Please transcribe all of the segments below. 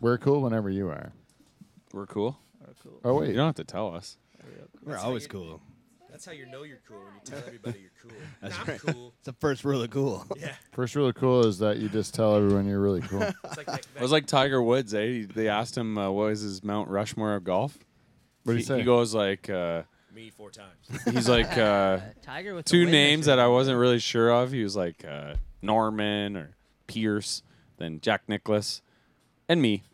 We're cool whenever you are. We're cool. Oh, cool. Oh You wait, don't have to tell us. We're That's how always you- cool. That's how you know you're cool when you tell everybody you're cool. That's Not right. cool. It's the first rule of cool. Yeah. first rule of cool is that you just tell everyone you're really cool. It's like that, I was like Tiger Woods. Eh? He- They asked him uh, what was his Mount Rushmore of golf. What do you he, he say? goes like uh, me four times. he's like uh, Tiger with the two win this names year. that I wasn't really sure of. He was like uh, Norman or Pierce, then Jack Nicholas, and me.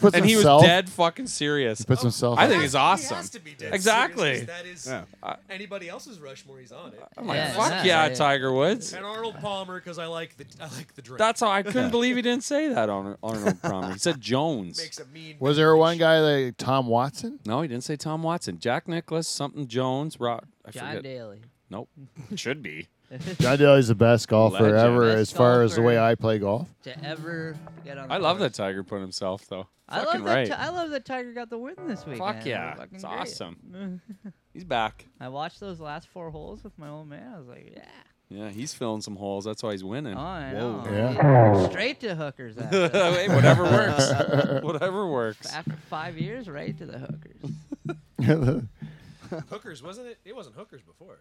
puts And he was himself- dead fucking serious. Puts himself. I up. think it's He awesome. has to be dead Exactly. serious 'cause That is Yeah. anybody else's Rushmore. He's on it. I'm like, Yeah, fuck yeah, yeah, yeah. Tiger Woods. And Arnold Palmer because I like the I like the drink. That's how I couldn't believe he didn't say that on Arnold Palmer. He said Jones. makes a mean. Was there one guy like Tom Watson? No, he didn't say Tom Watson. Jack Nicholas, something Jones. Rob, I John forget. Daly. Nope. Should be. John Daly's the best golfer Legend. ever, Best as far as the way golfer. I play golf. To ever get on. The I love that course. Tiger put himself though. I Fucking love right. that. Ti- I love that Tiger got the win this week. Fuck yeah, it's awesome. He's back. I watched those last four holes with my old man. I was like, yeah. Yeah, he's filling some holes. That's why he's winning. Oh, I Whoa. know. Yeah. Straight to hookers. After, that. Hey, whatever works. Whatever works. after five years, right to the hookers. hookers wasn't it? It wasn't hookers before.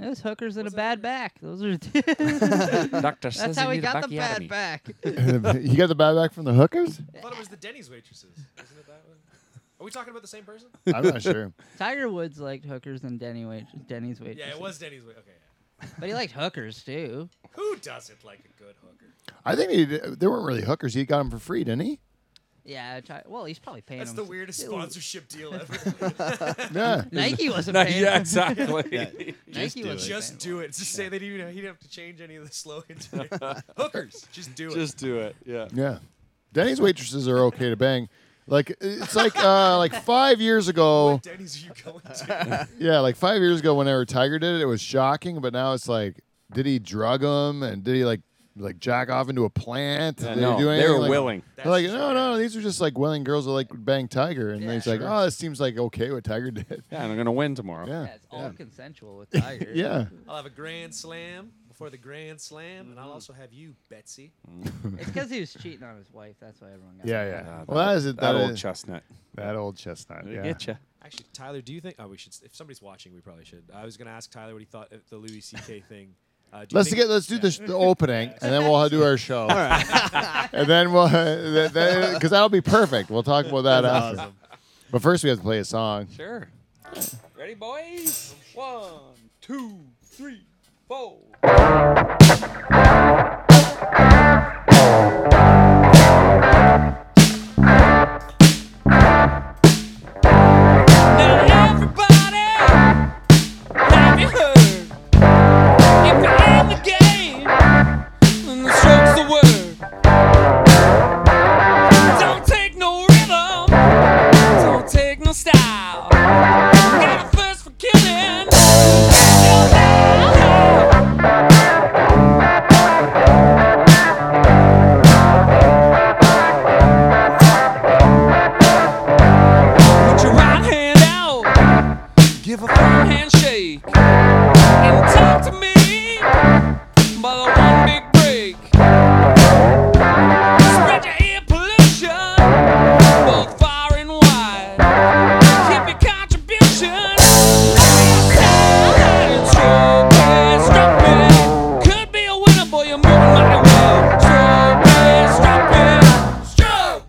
It was hookers and a Was bad that- back. Those are. That's Doctor says how I we need a got the bad bacchiotomy. back. you got the bad back from the hookers? I thought it was the Denny's waitresses. Isn't it that one? Are we talking about the same person? I'm not sure. Tiger Woods liked hookers and Denny wait- Denny's waitresses. Yeah, it was Denny's. Wait, okay. yeah. But he liked hookers too. Who doesn't like a good hooker? I think he, they weren't really hookers. He got them for free, didn't he? Yeah. Ti- well, he's probably paying. That's him the s- weirdest Ew. sponsorship deal ever. Yeah. Nike wasn't No, paying. yeah, him. exactly. Just Nike do was it. Just do it. Just say they didn't. even- He didn't have to change any of the slogans. hookers. Just do it. Just do it. Yeah. Yeah. Denny's waitresses are okay to bang. Like it's like uh like five years ago. what Denny's are you going to? Yeah, like five years ago whenever Tiger did it, it was shocking, but now it's like did he drug him and did he like like jack off into a plant? Yeah, Did he no, do they anything were like- willing. They're like, That's- no, no, these are just like willing girls that like bang Tiger, and Yeah, he's like, sure. oh, this seems like okay what Tiger did. Yeah, and I'm gonna win tomorrow. Yeah, Yeah, it's all consensual with Tiger. yeah. I'll have a grand slam before the grand slam, and I'll also have you, Betsy. It's because he was cheating on his wife. That's why everyone got. Yeah, mad. yeah. Ah, well, that is it. That old is- chestnut. that old chestnut. They Yeah. Get you. Actually, Tyler, do you think? Oh, we should. If somebody's watching, we probably should. I was going to ask Tyler what he thought of the Louis C.K. thing. Uh, do you Let's think- get let's do Yeah. the, the opening, and then we'll do our show, and then we'll because that'll be perfect. We'll talk about that That's after. But first, we have to play a song. Sure. Ready, boys? One, two, three, four. Now everybody, have you heard? If you're in the game, then the stroke's the word. Don't take no rhythm, don't take no style. Got a thirst for killing. You're now. Put your right hand out, give a firm handshake, and talk to me by the one big break. Spread your air pollution, both far and wide. Keep your contribution. Strawberry, strawberry, could be a winner, boy. You're moving my world. Strawberry, strawberry, stroke.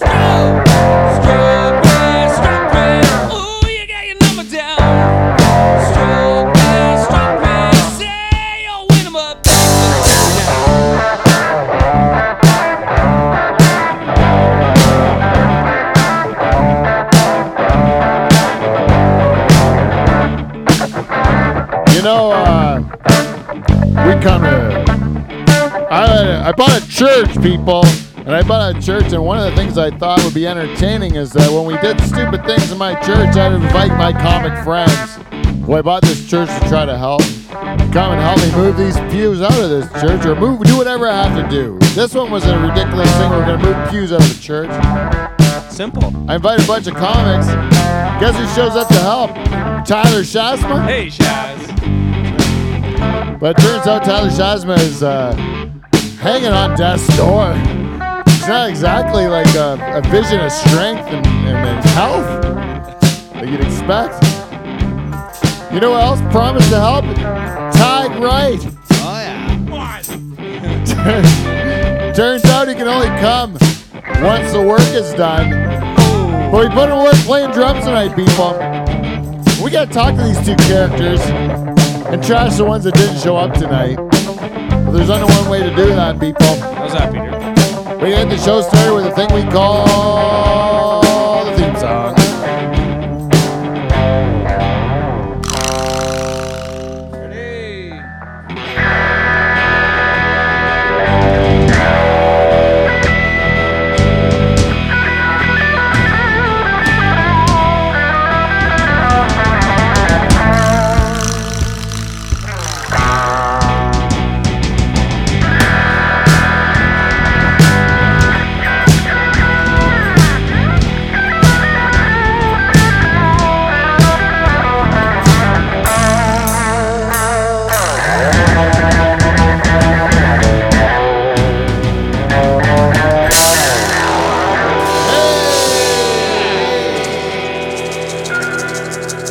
Stroke, strawberry, strawberry. Ooh, you got your number down. Strawberry, strawberry. Say you'll win 'em up. You know, uh, we come to. I, I bought a church, people, and I bought a church. And one of the things I thought would be entertaining is that when we did stupid things in my church, I'd invite my comic friends. Well, I bought this church to try to help. Come and help me move these pews out of this church, or move, do whatever I have to do. This one was a ridiculous thing. We're gonna move pews out of the church. Simple. I invited a bunch of comics. Guess who shows up to help? Tyler Shasma. Hey, Shaz. But it turns out Tyler Shazma is uh, hanging on death's door. it's not exactly like a, a vision of strength and, and, and health that you'd expect. You know what else promised to help? Tag Wright. Oh yeah. Turns out he can only come once the work is done. But we put him to work playing drums tonight, people. We gotta talk to these two characters and trash the ones that didn't show up tonight. But there's only one way to do that, people. How's that, Peter? We end the show started with a thing we call the theme song.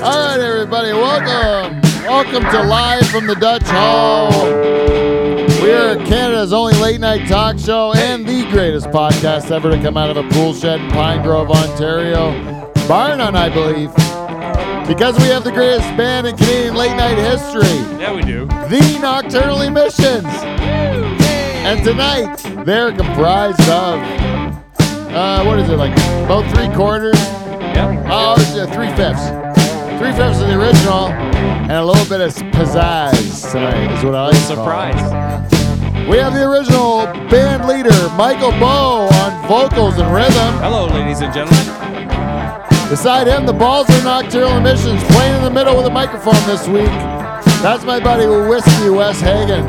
All right, everybody, welcome. Welcome to Live from the Dutch Hall. We are Canada's only late night talk show and the greatest podcast ever to come out of a pool shed in Pine Grove, Ontario. Bar none, I believe. Because we have the greatest band in Canadian late night history. Yeah, we do. the Nocturnal Emissions. And tonight, they're comprised of, uh, what is it, like about three quarters? Yeah. Oh, it's, uh, three fifths. Three fifths of the original, and a little bit of pizzazz tonight is what I like to call it. Surprise. We have the original band leader, Michael Bow, on vocals and rhythm. Hello, ladies and gentlemen. Beside him, the balls of Nocturnal Emissions playing in the middle with a microphone this week. That's my buddy Whiskey Wes Hagen.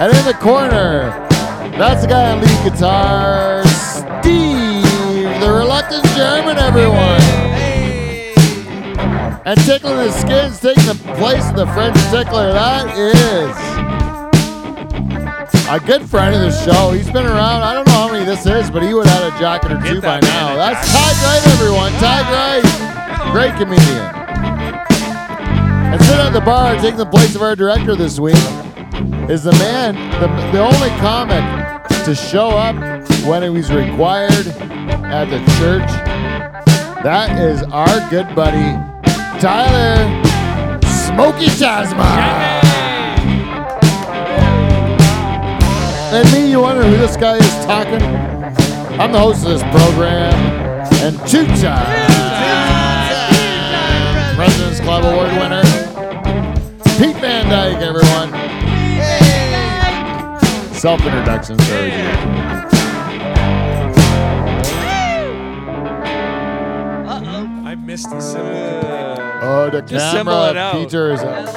And in the corner, that's the guy on lead guitar, Steve, the reluctant German, everyone. And tickling his skins, taking the place of the French tickler. That is a good friend of the show. He's been around, I don't know how many this is, but he would have had a jacket or two by that man now. a That's Ty Wright, everyone. Ty Wright, great comedian. And sitting at the bar, taking the place of our director this week is the man, the, the only comic to show up when he was required at the church. That is our good buddy, Tyler Smokey Tasma. And me, you wonder who this guy is talking? I'm the host of this program and two time President's Club Award winner, Pete Van Dyke, everyone. Self introductions are easy. I missed the symbol. Oh, the Just symbol it camera out. feature is up.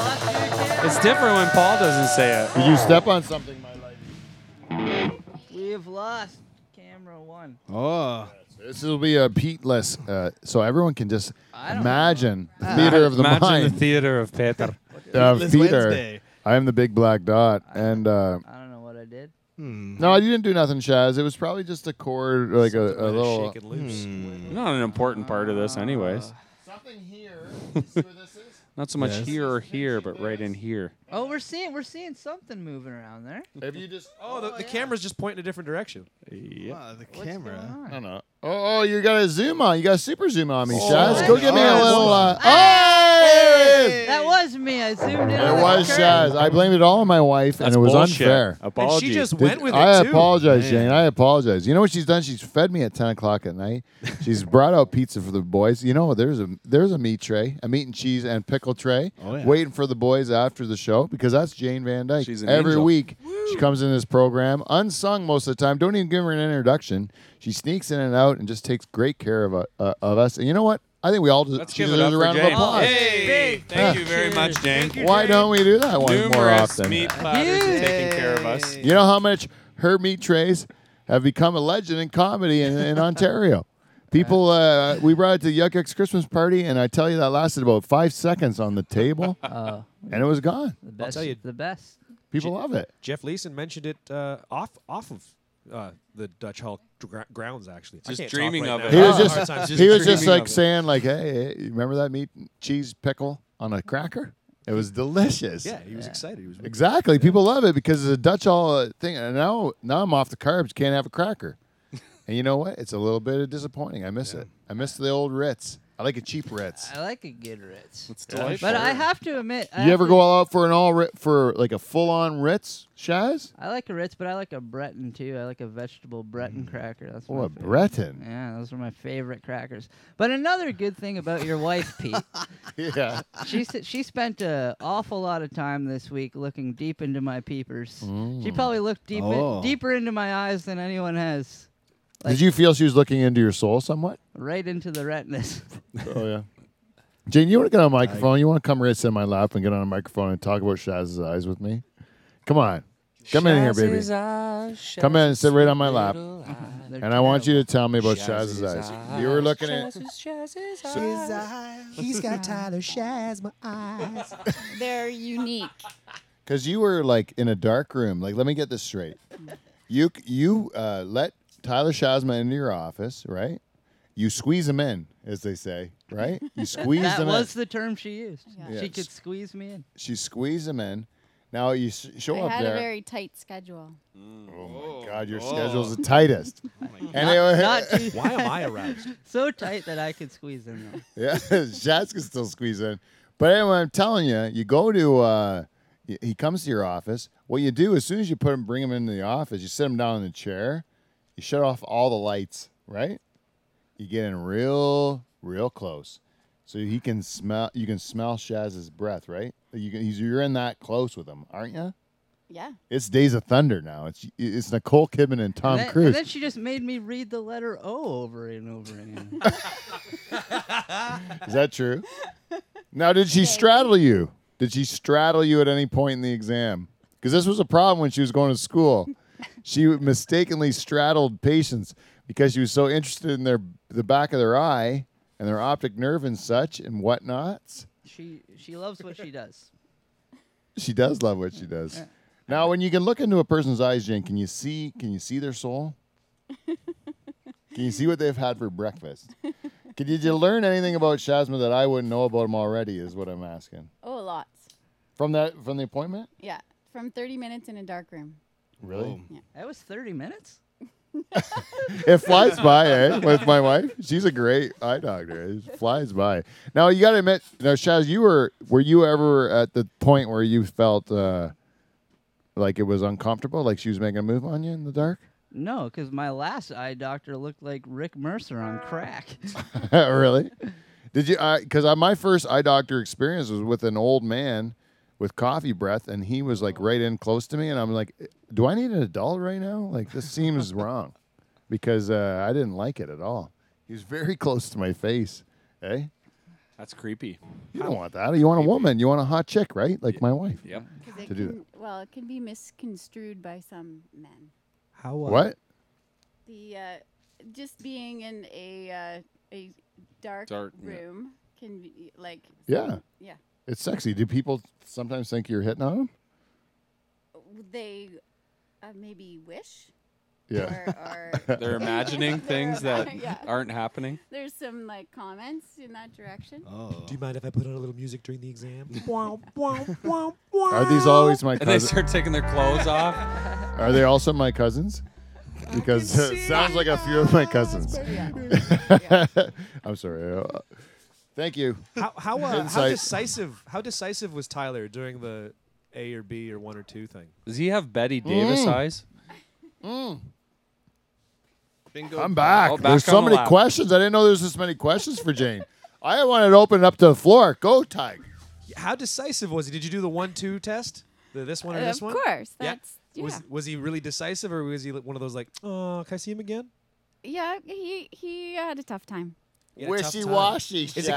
It's different when Paul doesn't say it. Did you step on something, my lady? We have lost camera one. Oh. This will be a Pete-less, uh, so everyone can just I don't Ah. imagine the theater of the Imagine the mind. theater of Peter. uh, This theater. Wednesday. I am the big black dot, and uh, I don't know what I did. Hmm. no, you didn't do nothing, Shaz. It was probably just a chord, like a, a little. hmm. shaking loops. Not an important part of this, anyways. Something here. You see where this is? Not so much Yes. here or here, but right in here. Oh, we're seeing we're seeing something moving around there. If you just, Oh, the, the camera's just pointing a different direction. Yeah. Wow, the What's going camera. on? I don't know. Oh, oh, you got a zoom on. You got a super zoom on me, Oh, Shaz. Go give me a nice. little. Uh, oh! That was me. I zoomed in. It on the was curtain. Shaz. I blamed it all on my wife, and That's it was bullshit. unfair. And Apology. she just Did- went with it I too. apologize, Man. Jane. I apologize. You know what she's done? She's fed me at ten o'clock at night. She's brought out pizza for the boys. You know, there's a there's a meat tray, a meat and cheese and pickle tray, Oh, yeah. waiting for the boys after the show because that's Jane Van Dyke. She's an Every angel. week she comes in this program, unsung most of the time. Don't even give her an introduction. She sneaks in and out and just takes great care of uh, uh, of us. And you know what? I think we all just Let's she give it deserves up a for round of Jane. applause. Hey, thank you very much, Jane. Why don't we do that one more Numerous often? meat platters have taken care of us. You know how much her meat trays have become a legend in comedy in, in Ontario. People, uh, we brought it to Yuck Yuck's Christmas party, and I tell you that lasted about five seconds on the table, Oh, and it was gone. the best. tell you. The best. People love it. Jeff Leeson mentioned it uh, off off of uh, the Dutch Hall gr- grounds. Actually, I Just can't talk dreaming right of now. it. He was I have a just- hard time he was just dreaming like of it. saying, like, hey, hey, you remember that meat, cheese, pickle on a cracker? It was delicious. yeah, he was excited. He was Exactly. People love it because it's a Dutch all uh, thing. And now, now I'm off the carbs. Can't have a cracker. and you know what? It's a little bit of disappointing. I miss it. I miss the old Ritz. I like a cheap Ritz. I like a good Ritz. It's delightful. But I have to admit, I You have ever to- go all out for an all Ri- for like a full on Ritz, Shaz? I like a Ritz, but I like a Breton too. I like a vegetable Breton cracker. That's Oh, my a favorite. Breton. Yeah, those are my favorite crackers. But another good thing about your wife, Pete, Yeah. she s- she spent an awful lot of time this week looking deep into my peepers. She probably looked deep Oh. deeper into my eyes than anyone has, Did you feel she was looking into your soul somewhat? right into the retinas. Oh yeah. Jane, you want to get on a microphone? You want to come right sit in my lap and get on a microphone and talk about Shaz's eyes with me? Come on, come in here, baby. Come in and sit right on my lap, and They're I want you terrible. to tell me about Shaz's eyes. You were looking at. His eyes. He's got Oh, Tyler Shazma eyes. They're unique. Because you were like in a dark room. Like, let me get this straight. You you uh, let Tyler Shazma into your office, right? You squeeze him in, as they say, right? You squeeze That him was in. the term she used. Yeah. She Yes. could squeeze me in. She squeezed him in. Now you s- show I up had there. a very tight schedule. oh my God, your schedule's the tightest. and Not, anyway, Oh not too, Why am I aroused? so tight that I could squeeze in. Though. yeah, Shaz can still squeeze in. But anyway, I'm telling you, you go to. Uh, y- he comes to your office. What you do as soon as you put him, bring him into the office, you sit him down in the chair. You shut off all the lights, right? You get in real, real close, so he can smell. You can smell Shaz's breath, right? You can, he's, you're in that close with him, aren't you? Yeah. It's Days of Thunder now. It's it's Nicole Kidman and Tom and then, Cruise. And then she just made me read the letter O over and over again. Is that true? now, did she straddle you? Did she straddle you at any point in the exam? Because this was a problem when she was going to school. she mistakenly straddled patients because she was so interested in their the back of their eye and their optic nerve and such and whatnots. she she loves what she does. She does love what she does. Now, when you can look into a person's eyes, Jane, can you see? Can you see their soul? can you see what they've had for breakfast? Can you, did you learn anything about Shazma that I wouldn't know about him already? Is what I'm asking. Oh, lots. From that from the appointment? Yeah. From 30 minutes in a dark room. Really? That was 30 minutes. It flies by, eh? With my wife. She's a great eye doctor. It flies by. Now you gotta admit, now Shaz, you were were you ever at the point where you felt uh like it was uncomfortable, like she was making a move on you in the dark? No, because my last eye doctor looked like Rick Mercer on crack. really? Did you? Because uh, my first eye doctor experience was with an old man with coffee breath, and he was like right in close to me, and I'm like, "Do I need an adult right now? Like this seems wrong," because uh, I didn't like it at all. He was very close to my face. Hey, That's creepy. you don't want that. You want a woman. You want a hot chick, right? Like my wife. Yep. 'Cause it To do can, Well, it can be misconstrued by some men. How What? The uh, just being in a uh, a dark, Dark, yeah. room can be like Yeah, yeah. it's sexy. Do people sometimes think you're hitting on them? They uh, maybe wish. Yeah. Or, or They're imagining things that Yeah. aren't happening. there's some like comments in that direction. Oh. Do you mind if I put on a little music during the exam? Are these always my And they cousins? start taking their clothes off. Are they also my cousins? Because it sounds like a few of my cousins. I'm sorry. Uh, Thank you. how how, uh, how Insight. decisive how decisive was Tyler during the A or B or one or two thing? Does he have Betty Davis Mm. eyes? Bingo. I'm back. Oh, back There's so on the many lap. questions. I didn't know there's this many questions for Jane. I wanted to open it up to the floor. Go, Tig. How decisive was he? Did you do the one two test? The this one or Uh, this of one? course, that's- Was yeah. was he really decisive or was he li- one of those like, oh, can I see him again? Yeah, he he had a tough time. He had a tough time. Is it's it's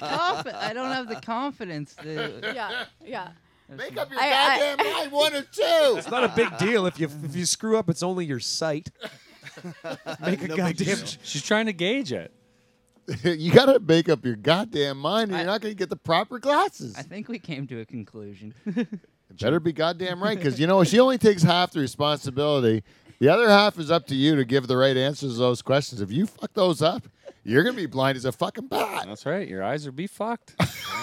confi- I don't have the confidence to. Yeah, yeah. Make up your I- I- goddamn mind. One or two. It's not a big deal if you if you screw up. It's only your sight. Make a goddamn. She's trying to gauge it. you got to make up your goddamn mind, or you're not going to get the proper glasses. I think we came to a conclusion. It better be goddamn right, because you know she only takes half the responsibility. The other half is up to you to give the right answers to those questions. If you fuck those up, you're gonna be blind as a fucking bat. That's right. Your eyes are be fucked.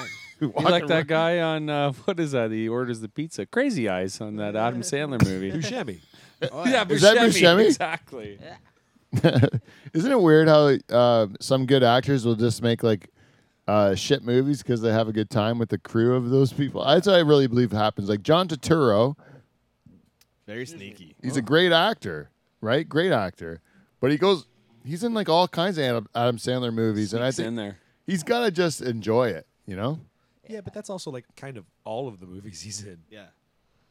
You like that guy on uh, what is that? He orders the pizza. Crazy Eyes on that Adam Sandler movie. Buscemi. yeah, Oh, Is that Buscemi? Exactly. Isn't it weird how uh, some good actors will just make like uh, shit movies because they have a good time with the crew of those people? That's what I really believe happens. Like John Turturro, Very sneaky. he's a great actor, right? Great actor, but he goes, he's in like all kinds of Adam, Adam Sandler movies, and I It's think in there. he's gotta just enjoy it, you know. Yeah, but that's also like kind of all of the movies he's in. Yeah.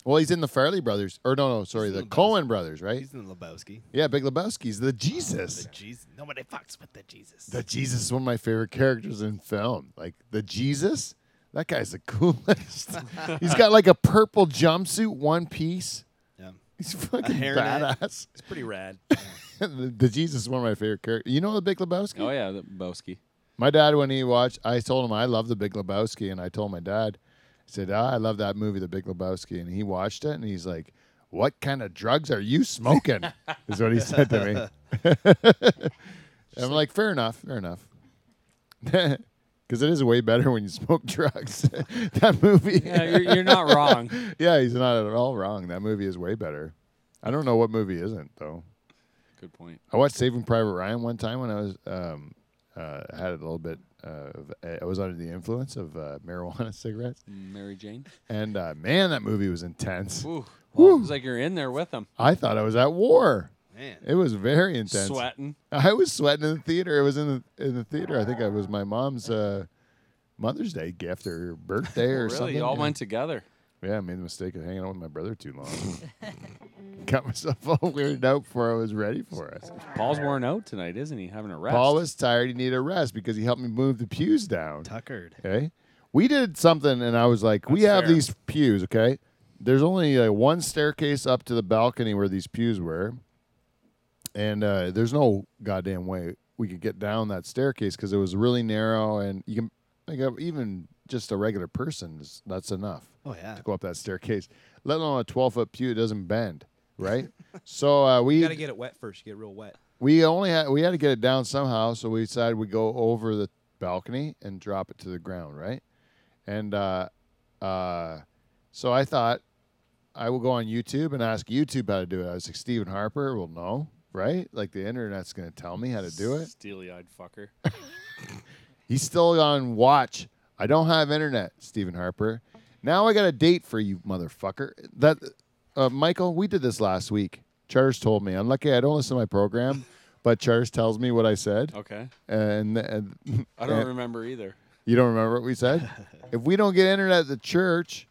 Well, he's in the Fairley Brothers, or no, no, sorry, He's in the the Best. Cohen Brothers, right? He's in the Lebowski. Yeah, Big Lebowski's the The Jesus. Jesus. Nobody fucks with the Jesus. The Jesus is one of my favorite characters in film. Like the Jesus, that guy's the coolest. he's got like a purple jumpsuit, one piece. yeah. He's fucking hairnet. badass. It's pretty rad. the, the Jesus is one of my favorite characters. You know the Big Lebowski? Oh yeah, the Bosky. My dad, when he watched, I told him I love The Big Lebowski, and I told my dad, I said, ah, I love that movie, The Big Lebowski, and he watched it, and he's like, "What kind of drugs are you smoking?" is what he said to me. I'm like, fair enough, fair enough, because it is way better when you smoke drugs. that movie, Yeah, you're, you're not wrong. yeah, he's not at all wrong. That movie is way better. I don't know what movie isn't though. Good point. I watched Saving Private Ryan one time when I was um, uh, had a little bit. Uh, of, I was under the influence of uh, marijuana cigarettes, Mary Jane. and uh, man, that movie was intense. Ooh, well, it's like you're in there with them, I thought I was at war. Man. It was very intense. sweating. I was sweating in the theater. It was in the in the theater. I think it was my mom's uh, Mother's Day gift or birthday or really, something. you all yeah. went together. Yeah, I made the mistake of hanging out with my brother too long. Got myself all weirded out before I was ready for it. Paul's worn out tonight, isn't he? Having a rest. Paul was tired. He needed a rest because he helped me move the pews down. Tuckered. Okay. We did something, and I was like, we That's have fair. these pews, okay? There's only uh, one staircase up to the balcony where these pews were. And uh, there's no goddamn way we could get down that staircase because it was really narrow. And you can, like, uh, even just a regular person, is- that's enough Oh yeah. to go up that staircase. Let alone a 12 foot pew, it doesn't bend, right? so uh, we You gotta get it wet first. You get it real wet. we only had we had to get it down somehow, so we decided we go over the balcony and drop it to the ground, right? And uh, uh, so I thought I will go on YouTube and ask YouTube how to do it. I was like, Stephen Harper will know, right? Like the internet's going to tell me how to do it. Steely-eyed fucker. He's still on watch. I don't have internet, Stephen Harper. Now I got a date for you, motherfucker. That uh, Michael, we did this last week. Charters told me. I'm lucky I don't listen to my program, but Charters tells me what I said. Okay, And, and I don't and- remember either. you don't remember what we said? if we don't get internet at the church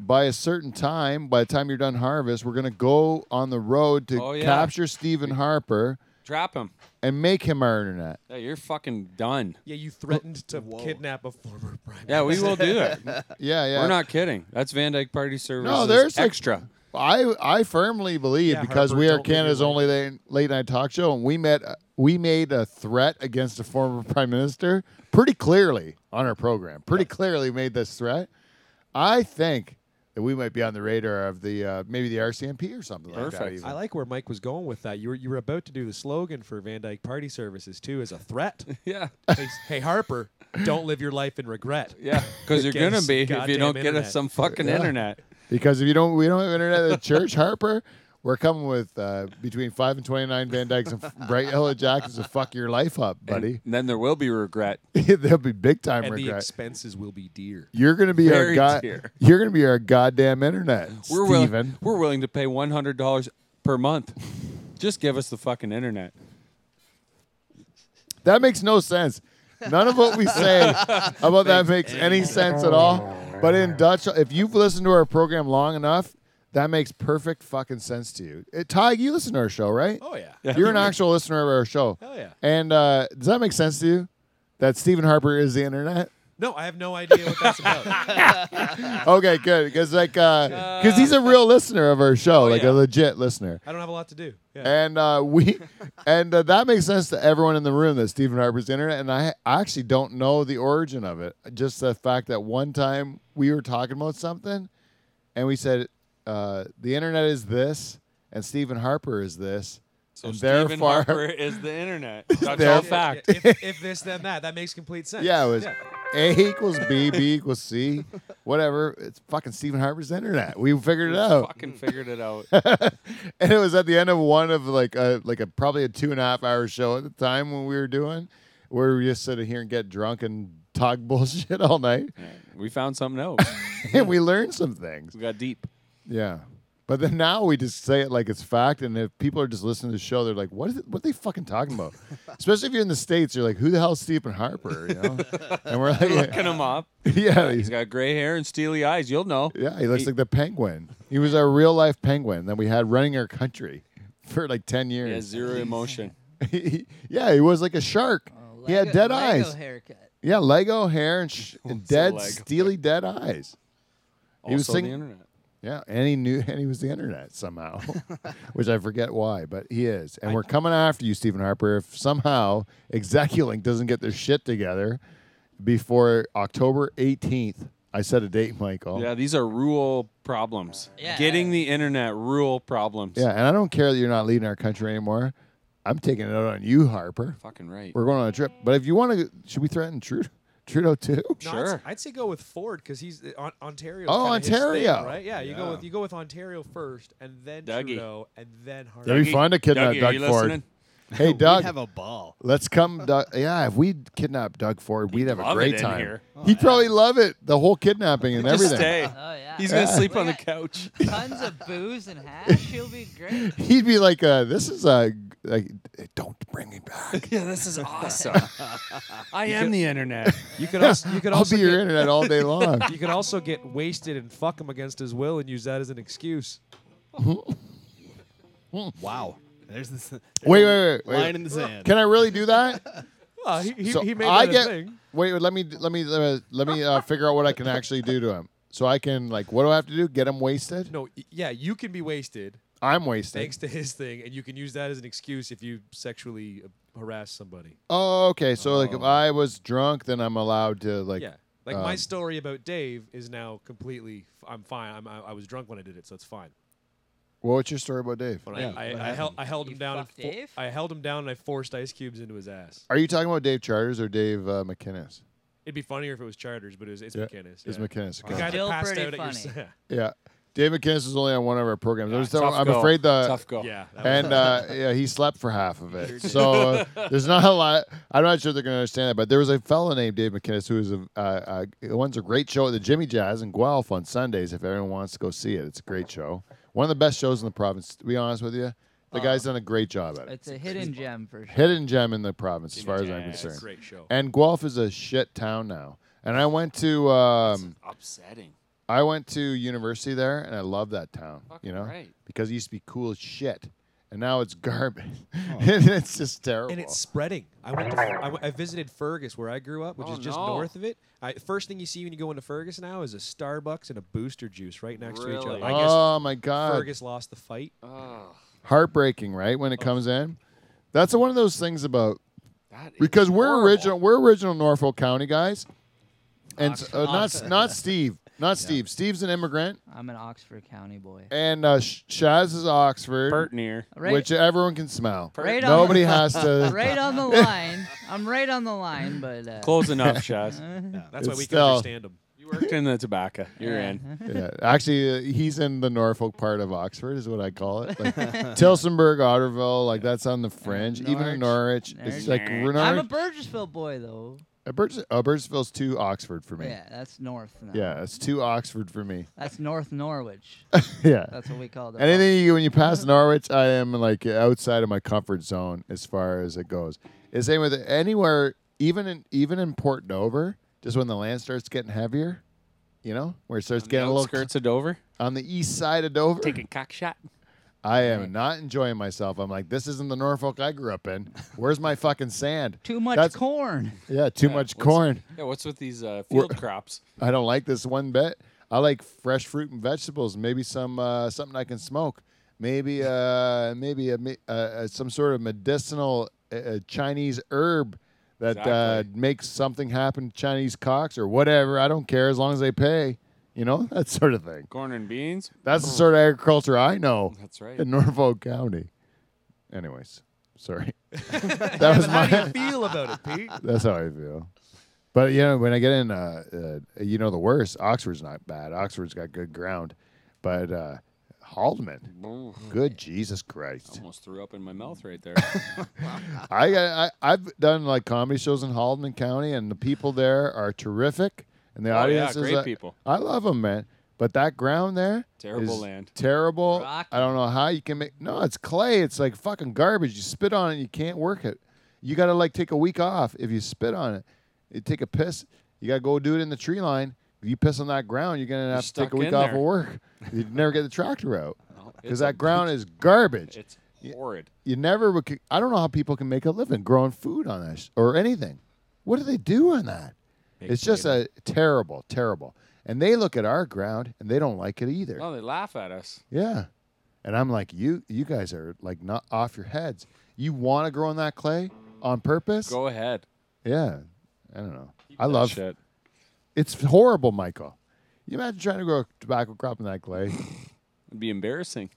by a certain time, by the time you're done harvest, we're going to go on the road to Oh, yeah. capture Stephen Harper Drop him. and make him our internet. Yeah, you're fucking done. Yeah, you threatened to Whoa. kidnap a former prime. Yeah, we will do it. Yeah, yeah. We're not kidding. That's Van Dyke Party Service. No, there's like- extra. I I firmly believe Yeah, because Harper, we are don't leave Canada's me only late, late night talk show, and we met we made a threat against a former prime minister pretty clearly on our program. Pretty clearly made this threat. I think that we might be on the radar of the uh, maybe the RCMP or something like that. Perfect. even. I like where Mike was going with that. You were you were about to do the slogan for Van Dyke Party Services too as a threat. Yeah, hey, hey Harper, don't live your life in regret. yeah. Because you're Get gonna us be if you goddamn don't get us internet. some fucking internet. because if you don't we don't have internet at the church, Harper. We're coming with uh, between five and twenty nine Van Dykes and f- bright yellow jackets to fuck your life up, buddy. And then there will be regret. There'll be big time And the regret. expenses will be dear. You're gonna be our Very god. dear. You're gonna be our goddamn internet, We're willing. Steven. We're willing to pay one hundred dollars per month. Just give us the fucking internet. That makes no sense. None of what we say about that makes any sense at all. But in Dutch, if you've listened to our program long enough, that makes perfect fucking sense to you. Uh, Ty, you listen to our show, right? Oh yeah. You're an actual listener of our show. Hell yeah. And uh, does that make sense to you? That Stephen Harper is the internet? No, I have no idea what that's about. Okay, good. Because like, because he's a real listener of our show, like yeah. a legit listener. I don't have a lot to do. Yeah. and uh, we and uh, that makes sense to everyone in the room that Stephen Harper's internet. And I, I actually don't know the origin of it. Just the fact that one time we were talking about something, and we said uh, the internet is this, and Stephen Harper is this, So and Stephen therefore, Harper is the internet. That's there- all fact. If, if this, then that. That makes complete sense. yeah, it was A equals B, B equals C, whatever. It's fucking Stephen Harper's internet. We figured it out. Fucking figured it out. and it was at the end of one of like a like a probably a two and a half hour show at the time when we were doing, where we just sitting here and get drunk and talk bullshit all night, We found something out. and we learned some things. We got deep. Yeah, but then now we just say it like it's fact, and if people are just listening to the show, they're like, "What is it? What are they fucking talking about?" Especially if you're in the states, you're like, "Who the hell is Stephen Harper?" You know, and we're like, Looking him up. "Yeah, He's got gray hair and steely eyes. You'll know. Yeah, he looks He- like the penguin. He was our real life penguin that we had running our country for like 10 He years. has zero emotion. yeah, he was like a shark. Oh, he had Lego- dead Lego eyes. haircut. Yeah, Lego hair and, sh- and It's a dead, Lego. steely dead eyes. He Also was the singing- internet. Yeah, and he knew, and he was the internet somehow, which I forget why, but he is. And we're coming after you, Stephen Harper. If somehow Execulink doesn't get their shit together before October 18th, I set a date, Michael. Yeah, these are rural problems. Yeah. Getting the internet, rural problems. Yeah, and I don't care that you're not leading our country anymore. I'm taking it out on you, Harper. Fucking right. We're going on a trip. But if you want to, should we threaten Trudeau, Trudeau too? No, I'd s- Sure. I'd, say go with Ford because he's uh, on, Ontario. Oh, Ontario. right? Yeah, you go Yeah. with you go with Ontario first, and then Dougie. Trudeau, and then Harper. That'd be fun to kidnap Dougie, are Doug you Ford. listening? Hey, Doug, We'd have a ball. let's come. Doug, yeah, if we kidnap Doug Ford, we'd have a love great it in time. here. He'd probably love it. The whole kidnapping and Just everything. stay. Oh yeah. He's gonna Yeah. sleep on We the got- couch. Tons of booze and hash. He'll be great. He'd be like, uh, "This is a like, don't bring me back. yeah, this is awesome. I am the internet. You could also you could I'll also be your get, internet all day long." you could also get wasted and fuck him against his will and use that as an excuse. Wow. There's this there's wait, a wait, wait, line wait. in the sand. Can I really do that? Well, Ah, he, he, so he made I that a get. thing. Wait, wait, let me let me let me, let me uh, figure out what I can actually do to him. So I can like, what do I have to do? Get him wasted? No, y- yeah, you can be wasted I'm wasted. thanks to his thing, and you can use that as an excuse if you sexually uh, harass somebody. Oh, okay. So like, if I was drunk, then I'm allowed to like. yeah, like my um, story about Dave is now completely. F- I'm fine. I'm, I, I was drunk when I did it, so it's fine. Well, what's your story about Dave? But I, I, I held I held You him down. And fucked fo- Dave? I held him down and I forced ice cubes into his ass. Are you talking about Dave Charters or Dave uh, McInnes? It'd be funnier if it was Charters, but it was, it's Yeah, McInnes. It's yeah. McInnes. The Okay. guy Still that passed pretty out at your funny. s- Yeah. Dave McInnes was only on one of our programs. I was so- Tough I'm go. afraid the tough go. yeah. that was- and uh, yeah, he slept for half of it. So uh, there's not a lot. I'm not sure they're going to understand that, but there was a fellow named Dave McInnes who was a, uh, uh, runs a great show at the Jimmy Jazz in Guelph on Sundays. If everyone wants to go see it, it's a great show. One of the best shows in the province. To be honest with you, Uh, the guy's done a great job at it. It's a hidden gem for sure. Hidden gem in the province, as far as I'm Jazz. it's a concerned. great show. And Guelph is a shit town now. And I went to um, Upsetting. I went to university there, and I love that town. Fucking you know, right. because it used to be cool as shit, and now it's garbage, and it's just terrible. and it's spreading. I went. To, I, w- I visited Fergus, where I grew up, which Oh, is just no. north of it. I, first thing you see when you go into Fergus now is a Starbucks and a Booster Juice right next to each Really? other. I guess oh my god, Fergus lost the fight. Oh, heartbreaking, right? When it comes in, that's one of those things about that is because we're horrible. original. We're original Norfolk County guys, and s- uh, not not Steve, not Steve. Steve's an immigrant, I'm an Oxford County boy. and uh, Sh- Shaz is Oxford, Bert near. Right, which everyone can smell. right on Nobody the, has to. Right on the line. I'm right on the line, but uh, Close enough, Shaz. That's why It's we still- can understand him. You worked in the tobacco. You're yeah. in. Yeah, actually, uh, he's in the Norfolk part of Oxford, is what I call it. Like Tilsonburg, Otterville, like that's on the fringe. Even in Norwich, it's Norwich. like Norwich. I'm a Burgessville boy though. uh, Burge- uh, Burgessville's too Oxford for me. Yeah. Yeah, that's north. Now. it's too Oxford for me. that's North Norwich. yeah. That's what we call it. Anything you, when you pass Norwich, I am like outside of my comfort zone as far as it goes. The same with anywhere, even in even in Port Dover, just when the land starts getting heavier, you know, where it starts getting a little skirts of Dover. on the east side of Dover. Taking cock shot. I am not enjoying myself. I'm like, this isn't the Norfolk I grew up in. Where's my fucking sand? Too much That's- corn. Yeah, too much what's- corn. Yeah, what's with these uh, We're- field crops? I don't like this one bit. I like fresh fruit and vegetables. Maybe some uh, something I can smoke. Maybe uh, maybe a, me- uh, uh, some sort of medicinal uh, uh, Chinese herb that uh, Exactly. makes something happen to Chinese cocks or whatever. I don't care as long as they pay. you know, that sort of thing. Corn and beans. That's the sort of agriculture I know That's right. in Norfolk County. Anyways, sorry. that was How do my. you feel about it, Pete? That's how I feel. But you know, when I get in, uh, uh, you know, the worst. Oxford's not bad. Oxford's got good ground, but uh, Haldeman, Ooh, good Jesus Christ! Almost threw up in my mouth right there. Oh, I, I I've done like comedy shows in Haldeman County, and the people there are terrific, and the Oh, yeah, audience is great uh, people. I love them, man. But that ground there, Terrible is land. terrible. Rocky. I don't know how you can make. No, it's clay. It's like fucking garbage. You spit on it, you can't work it. You got to like take a week off if you spit on it. You take a piss. You got to go do it in the tree line. If you piss on that ground, you're gonna have to take stuck a week in off there. of work. You'd never get the tractor out because It's that a- ground is garbage It's horrid. you never would. c- I don't know how people can make a living growing food on that sh- or anything. What do they do on that? it's just a terrible, terrible. And they look at our ground and they don't like it either. Oh, they laugh at us. Yeah. And I'm like, you, you guys are like not off your heads. You want to grow in that clay on purpose? Go ahead. Yeah. I don't know. I love shit. It's horrible, Michael. You imagine trying to grow a tobacco crop in that clay? It'd be embarrassing.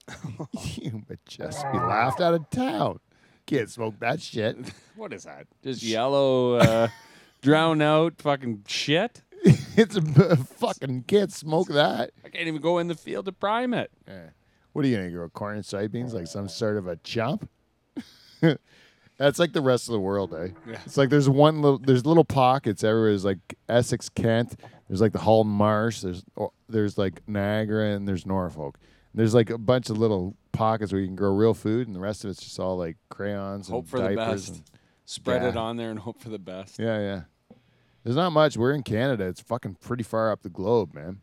you would just be laughed out of town. Can't smoke that shit. What is that? Just yellow, uh, drown out fucking shit. it's a b- fucking can't smoke that. I can't even go in the field to prime it. What are you gonna grow corn and soybeans like some sort of a chump? That's like the rest of the world, eh? It's like there's one little, there's little pockets everywhere. There's like Essex, Kent. There's like the Hull Marsh. There's oh, there's like Niagara and there's Norfolk. There's like a bunch of little pockets where you can grow real food, and the rest of it's just all like crayons Hope and for the diapers. best. and- Spread it Yeah. on there and hope for the best. yeah, yeah. There's not much. We're in Canada. It's fucking pretty far up the globe, man.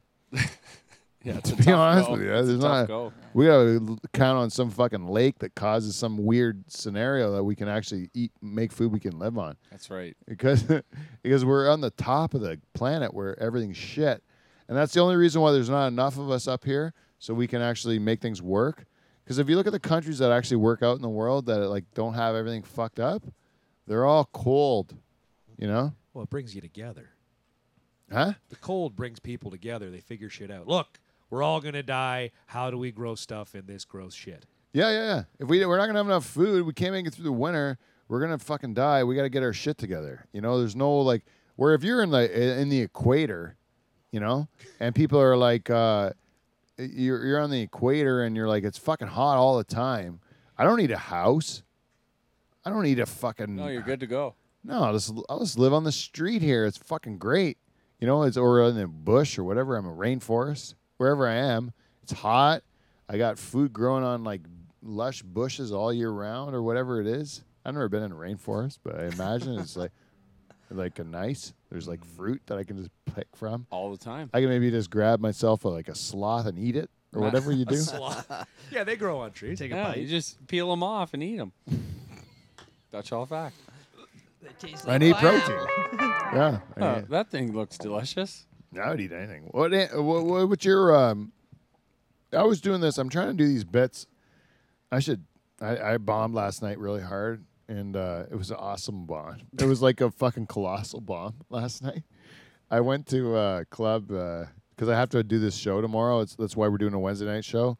Yeah, to be honest with you. It's There's a tough not, go. We gotta l- count on some fucking lake that causes some weird scenario that we can actually eat, make food we can live on, That's right. because because we're on the top of the planet where everything's shit, and that's the only reason why there's not enough of us up here so we can actually make things work. Because if you look at the countries that actually work out in the world that like don't have everything fucked up, they're all cold, you know? Well, it brings you together. Huh? The cold brings people together. They figure shit out. Look, we're all gonna die. How do we grow stuff in this gross shit? Yeah, yeah, yeah. If we we're not gonna have enough food, we can't make it through the winter. We're gonna fucking die. We gotta get our shit together. You know, there's no like where if you're in the in the equator, you know, and people are like, uh, you're you're on the equator and you're like, it's fucking hot all the time. I don't need a house. I don't need a fucking No, you're good to go. no, I'll just I'll just live on the street here. It's fucking great. You know, it's or in the bush or whatever. I'm a rainforest. Wherever I am, it's hot. I got food growing on like lush bushes all year round or whatever it is. I've never been in a rainforest, but I imagine it's like like a nice. There's like fruit that I can just pick from. All the time. I can maybe just grab myself a, like a sloth and eat it or whatever you do. yeah, they grow on trees. Take a Yeah, bite. you just peel them off and eat them. Dutch all fact. I need protein. Yeah, I Oh, need- that thing looks delicious. I would eat anything. What? eh, What? What? What's your? Um, I was doing this. I'm trying to do these bits. I should. I, I bombed last night really hard, and uh, it was an awesome bomb. It was like a fucking colossal bomb last night. I went to a club because I have to do this show tomorrow. It's, that's why we're doing a Wednesday night show.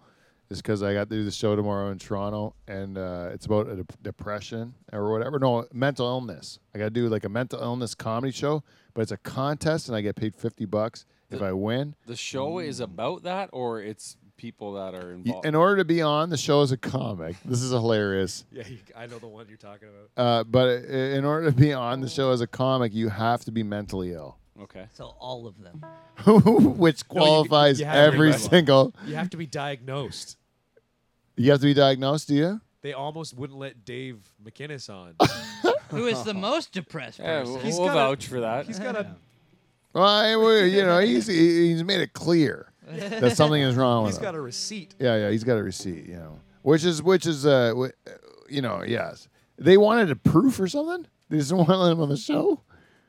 Is because I got to do the show tomorrow in Toronto, and uh, it's about a dep- depression or whatever. No, mental illness. I got to do like a mental illness comedy show, but it's a contest, and I get paid fifty bucks if I win. The show is about that, or it's people that are Mm. You- involved. in order to be on the show as a comic, this is hilarious. Yeah, you, I know the one you're talking about. Uh, but i- in order to be on the show as a comic, you have to be mentally ill, okay. So all of them. which qualifies you have to be every mentally ill. single. You have to be diagnosed. You have to be diagnosed, do you? They almost wouldn't let Dave McInnes on. Who is the most depressed Yeah, person? we'll, He's we'll got a- vouch for that. He's got a Well, I- well, you know, he's he- he's made it clear that something is wrong he's with him. got a receipt. yeah, yeah, he's got a receipt. You know, which is which is uh, wh- uh, you know, yes, they wanted a proof or something. They just want him on the show.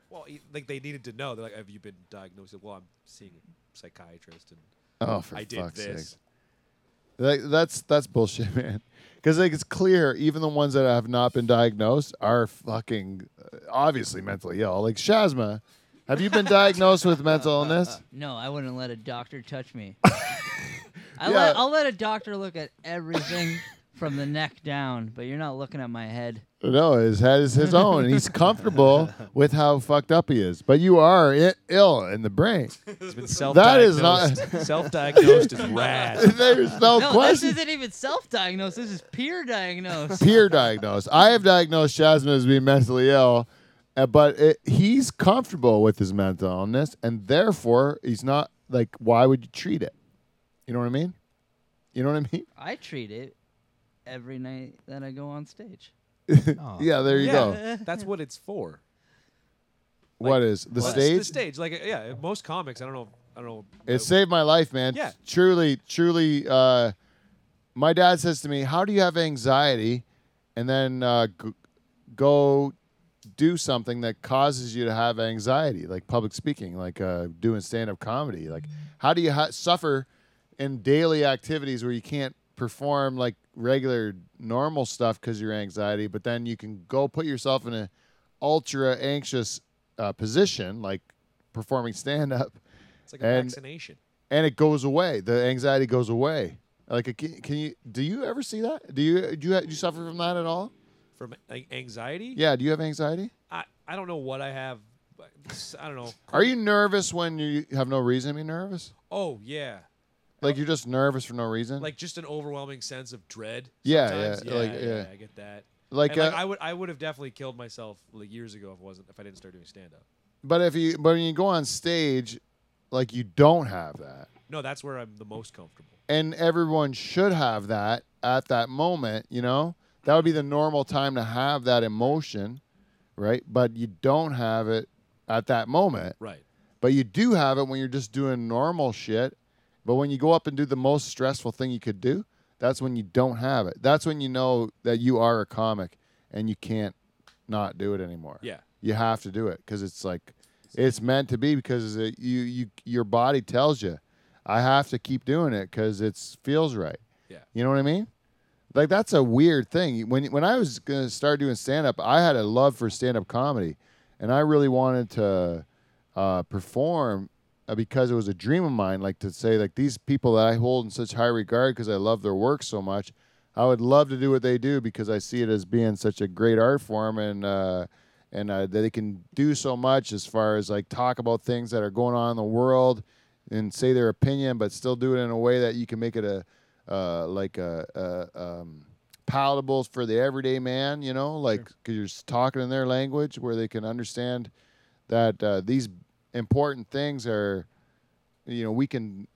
Well, he- like they needed to know. They're like, "Have you been diagnosed?" Well, I'm seeing a psychiatrist, and Oh, for I did fuck's this. sake. That, that's that's bullshit, man. Because like it's clear, even the ones that have not been diagnosed are fucking uh, obviously mentally ill. Like Shazma Have you been diagnosed with mental illness? No, I wouldn't let a doctor touch me. I Yeah. let, I'll let a doctor look at everything from the neck down, but you're not looking at my head. No, his head is his own, and he's comfortable with how fucked up he is. But you are I- ill in the brain. It's been self That is not- self-diagnosed is rad. There's no, no, this question. isn't even self-diagnosed. This is peer diagnosed. Peer diagnosed. I have diagnosed Jasmine as being mentally ill, uh, but it, he's comfortable with his mental illness, and therefore he's not like. Why would you treat it? You know what I mean? You know what I mean? I treat it every night that I go on stage. Yeah, there you go. That's what it's for. what is the Well, it's stage? The stage. Like, uh, yeah, most comics. I don't know. I don't know. It saved my life, man. Yeah. Truly, truly. Uh, my dad says to me, "How do you have anxiety, and then uh, g- go do something that causes you to have anxiety, like public speaking, like uh, doing stand-up comedy? Like, how do you ha- suffer in daily activities where you can't perform like regular, normal stuff because your anxiety, but then you can go put yourself in a ultra anxious uh, position, like performing stand-up." It's like a and- vaccination. and it goes away. The anxiety goes away. Like, it can, can you? Do you ever see that? Do you do you, do you suffer from that at all? From like, anxiety. Yeah. Do you have anxiety? I, I don't know what I have. but it's- I don't know. Are you nervous when you have no reason to be nervous? Oh yeah, Like you're just nervous for no reason. like just an overwhelming sense of dread. Yeah, sometimes. yeah, like, yeah, yeah. I get that. Like, And, like, uh, I would I would have definitely killed myself like years ago if it wasn't if I didn't start doing stand up. but if you but when you go on stage, like you don't have that, No, that's where I'm the most comfortable. and everyone should have that at that moment. You know, that would be the normal time to have that emotion, right? But you don't have it at that moment. Right. But you do have it when you're just doing normal shit. But when you go up and do the most stressful thing you could do, that's when you don't have it. That's when you know that you are a comic and you can't not do it anymore. Yeah. You have to do it because it's like it's meant to be because it, you you your body tells you I have to keep doing it because it feels right. Yeah. You know what I mean? Like that's a weird thing. When when I was gonna start doing stand up, I had a love for stand up comedy, and I really wanted to uh, perform uh, because it was a dream of mine. Like to say like these people that I hold in such high regard because I love their work so much. I would love to do what they do because I see it as being such a great art form and uh, and uh, that they can do so much as far as like talk about things that are going on in the world and say their opinion, but still do it in a way that you can make it a uh, like a, a um, palatable for the everyday man. You know, like because you're s- talking in their language where they can understand that uh, these important things are, you know, we can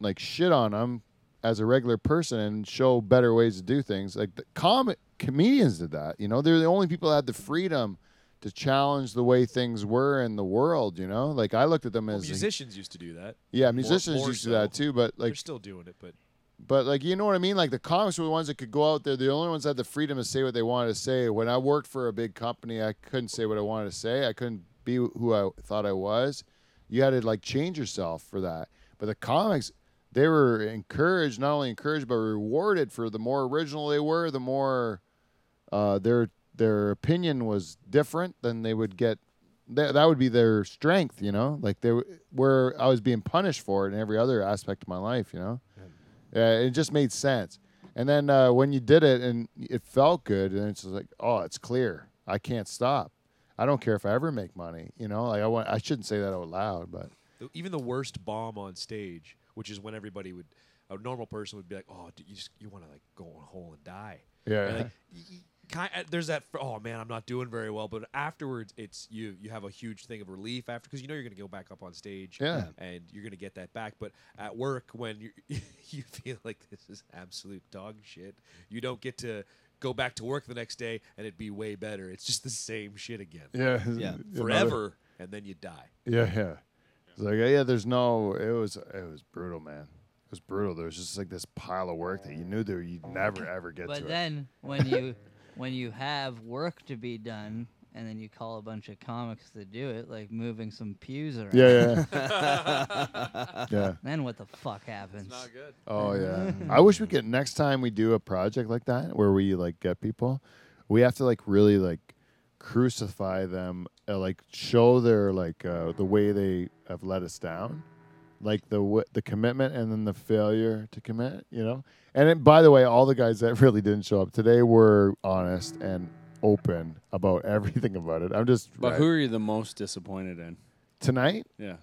like shit on them as a regular person and show better ways to do things. Like the com- comedians did that, you know, they're the only people that had the freedom to challenge the way things were in the world, you know? Like I looked at them as like- musicians used to do that. yeah, More- musicians more used to do that so. too, but They're like still doing it, but but like you know what I mean? Like the comics were the ones that could go out there. The only ones that had the freedom to say what they wanted to say. When I worked for a big company, I couldn't say what I wanted to say. I couldn't be who I thought I was. You had to like change yourself for that. But the comics, they were encouraged, not only encouraged but rewarded for the more original they were, the more uh, their their opinion was different than they would get. That that would be their strength, you know. Like they were- where I was being punished for it in every other aspect of my life, you know. Yeah, it just made sense. And then uh, when you did it and it felt good, and it's just like, oh, it's clear. I can't stop. I don't care if I ever make money. You know, like I want. I shouldn't say that out loud, but the, even the worst bomb on stage, which is when everybody would, a normal person would be like, "Oh, dude, you just, you want to like go on a hole and die." Yeah. And, like, y- y- ki- uh, there's that. fr- Oh man, I'm not doing very well. But afterwards, it's you. You have a huge thing of relief after because you know you're gonna go back up on stage. Yeah. And you're gonna get that back. But at work, when you you feel like this is absolute dog shit, you don't get to go back to work the next day and it'd be way better. It's just the same shit again yeah, Yeah. forever, and then you die. Yeah, yeah. It's like yeah, there's no. It was it was brutal, man. It was brutal. There was just like this pile of work that you knew there you'd never ever get to. But it. then when you when you have work to be done and then you call a bunch of comics to do it, like moving some pews around. Yeah, yeah, yeah. yeah. Then what the fuck happens? good. Oh yeah. I wish we could next time we do a project like that where we like get people, we have to like really like crucify them, uh, like show their like uh, the way they have let us down, like the w- the commitment and then the failure to commit. You know, and then, by the way, all the guys that really didn't show up today were honest and open about everything about it. I'm just But right. who are you the most disappointed in? tonight. Yeah.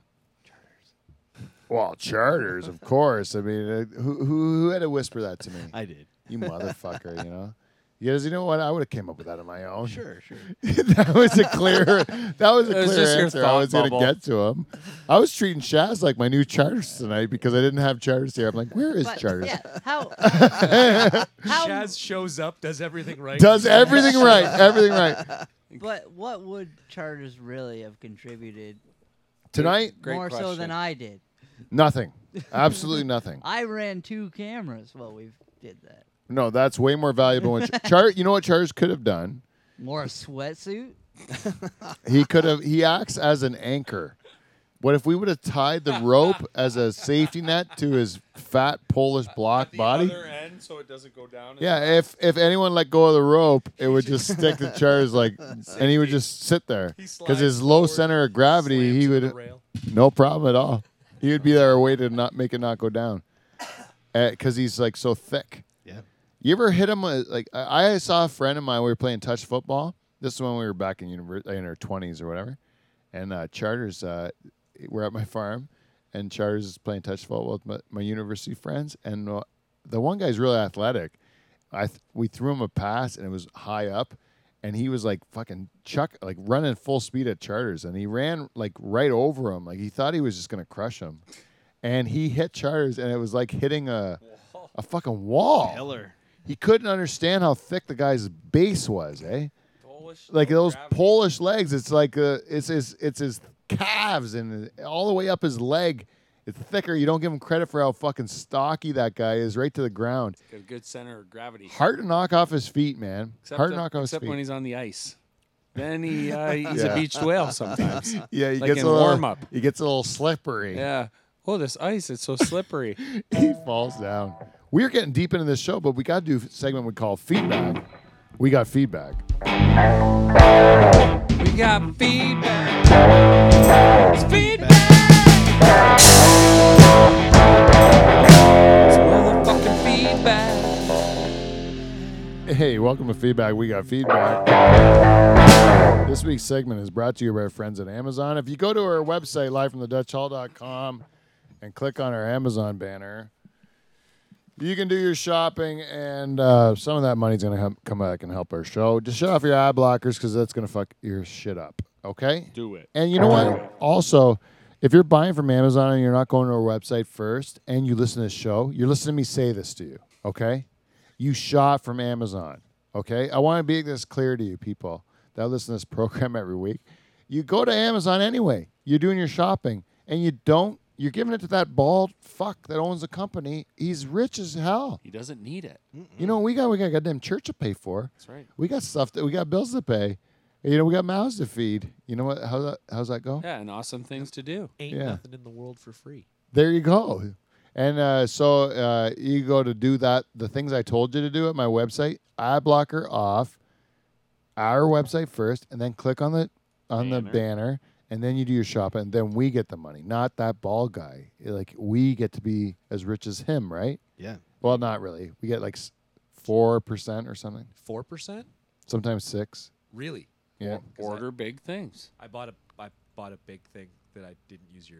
Well, charters, of course. I mean, uh, who, who who had to whisper that to me? I did. you motherfucker, you know. You guys, you know what? I would have came up with that on my own. Sure, sure. that was a clear. That was a It was clear just your answer. I thought was going to bubble. get to him. I was treating Shaz like my new charters tonight because I didn't have charters here. I'm like, where is But, charters? yeah, how how Shaz shows up, does everything right. Does everything right. Everything right. but what would charters really have contributed Tonight, Great more so question. than I did? nothing. Absolutely nothing. I ran two cameras while we did that. No, that's way more valuable. Than char- Char- you know what charters could have done? More sweatsuit. He could have. He acts as an anchor. What if we would have tied the rope as a safety net to his fat Polish block body? end, so it doesn't go down. Yeah, if if anyone let go of the rope, it would just stick to chairs like, and he would just sit there because his low center of gravity, he would no problem at all. He would be there a way to not make it not go down, because he's like so thick. Yeah. You ever hit him with, like I I saw a friend of mine. We were playing touch football. This is when we were back in university in our twenties or whatever, and uh, charters. Uh, we're at my farm, and charters is playing touch football with my, my university friends. And uh, the one guy's really athletic. I th- we threw him a pass and it was high up, and he was like fucking chuck like running full speed at charters, and he ran like right over him. Like he thought he was just gonna crush him, and he hit charters, and it was like hitting a a fucking wall. Killer. He couldn't understand how thick the guy's base was, eh? Like those Polish legs, it's like uh, it's his it's his calves and all the way up his leg. It's thicker. You don't give him credit for how fucking stocky that guy is, right to the ground. Got a good center of gravity. Hard to knock off his feet, man. Except, Hard to uh, knock off his except feet. when he's on the ice. Then he uh, he's Yeah. a beached whale sometimes. yeah, he like gets in a little, warm-up. He gets a little slippery. yeah. Oh, this ice, it's so slippery. he falls down. We're getting deep into this show, but we got to do a segment we call feedback. We got feedback. We got feedback. It's feedback. It's motherfucking feedback. Hey, welcome to Feedback. We got feedback. This week's segment is brought to you by our friends at Amazon. If you go to our website, livefromthedutchhall.com, and click on our Amazon banner, you can do your shopping, and uh, some of that money's going to come back and help our show. Just shut off your ad blockers because that's going to fuck your shit up. Okay? Do it. And you know what? Also, if you're buying from Amazon and you're not going to our website first and you listen to this show, you're listening to me say this to you, okay? You shop from Amazon, okay? I want to be this clear to you people that listen to this program every week. You go to Amazon anyway. You're doing your shopping and you don't you're giving it to that bald fuck that owns the company. He's rich as hell. He doesn't need it. You know, we got we got goddamn church to pay for. That's right. We got stuff that we got bills to pay. You know, we got mouths to feed. You know what? How that how's that go? Yeah, and awesome things to do. Ain't Yeah. nothing in the world for free. There you go. And uh, so uh, you go to do that, the things I told you to do at my website, ad blocker off, our website first, and then click on the on the banner, and then you do your shopping, and then we get the money, not that bald guy. Like we get to be as rich as him, right? Yeah. Well, not really. We get like four percent or something, Four percent? sometimes six. Really? Yeah. Order big things. I bought a I bought a big thing that I didn't use your.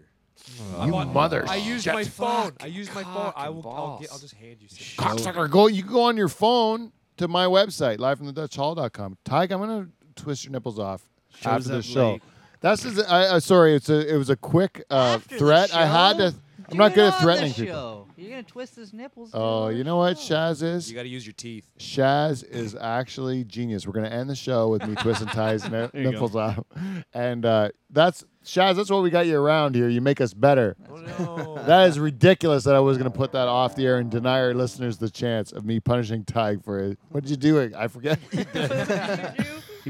Oh, You mother. I used my phone. I used my phone. cock I and will. I'll, balls. get, I'll just hand you. Some. cocksucker, go. You can go on your phone to my website, livefromthedutchhall.com. Tyke, I'm gonna twist your nipples off after up the show. late. That's just, I, I, sorry. It's a, it was a quick uh, After the threat. I had show? to. I'm Do not it good on at the threatening people. show. You're gonna twist his nipples. during Oh, the you know what show. Shaz is? You got to use your teeth. Shaz is actually genius. We're gonna end the show with me twisting ties and nipples off, and uh, that's Shaz. That's what we got you around here. You make us better. no. That is ridiculous that I was going to put that off the air and deny our listeners the chance of me punishing Tig for it. What did you do? I forget.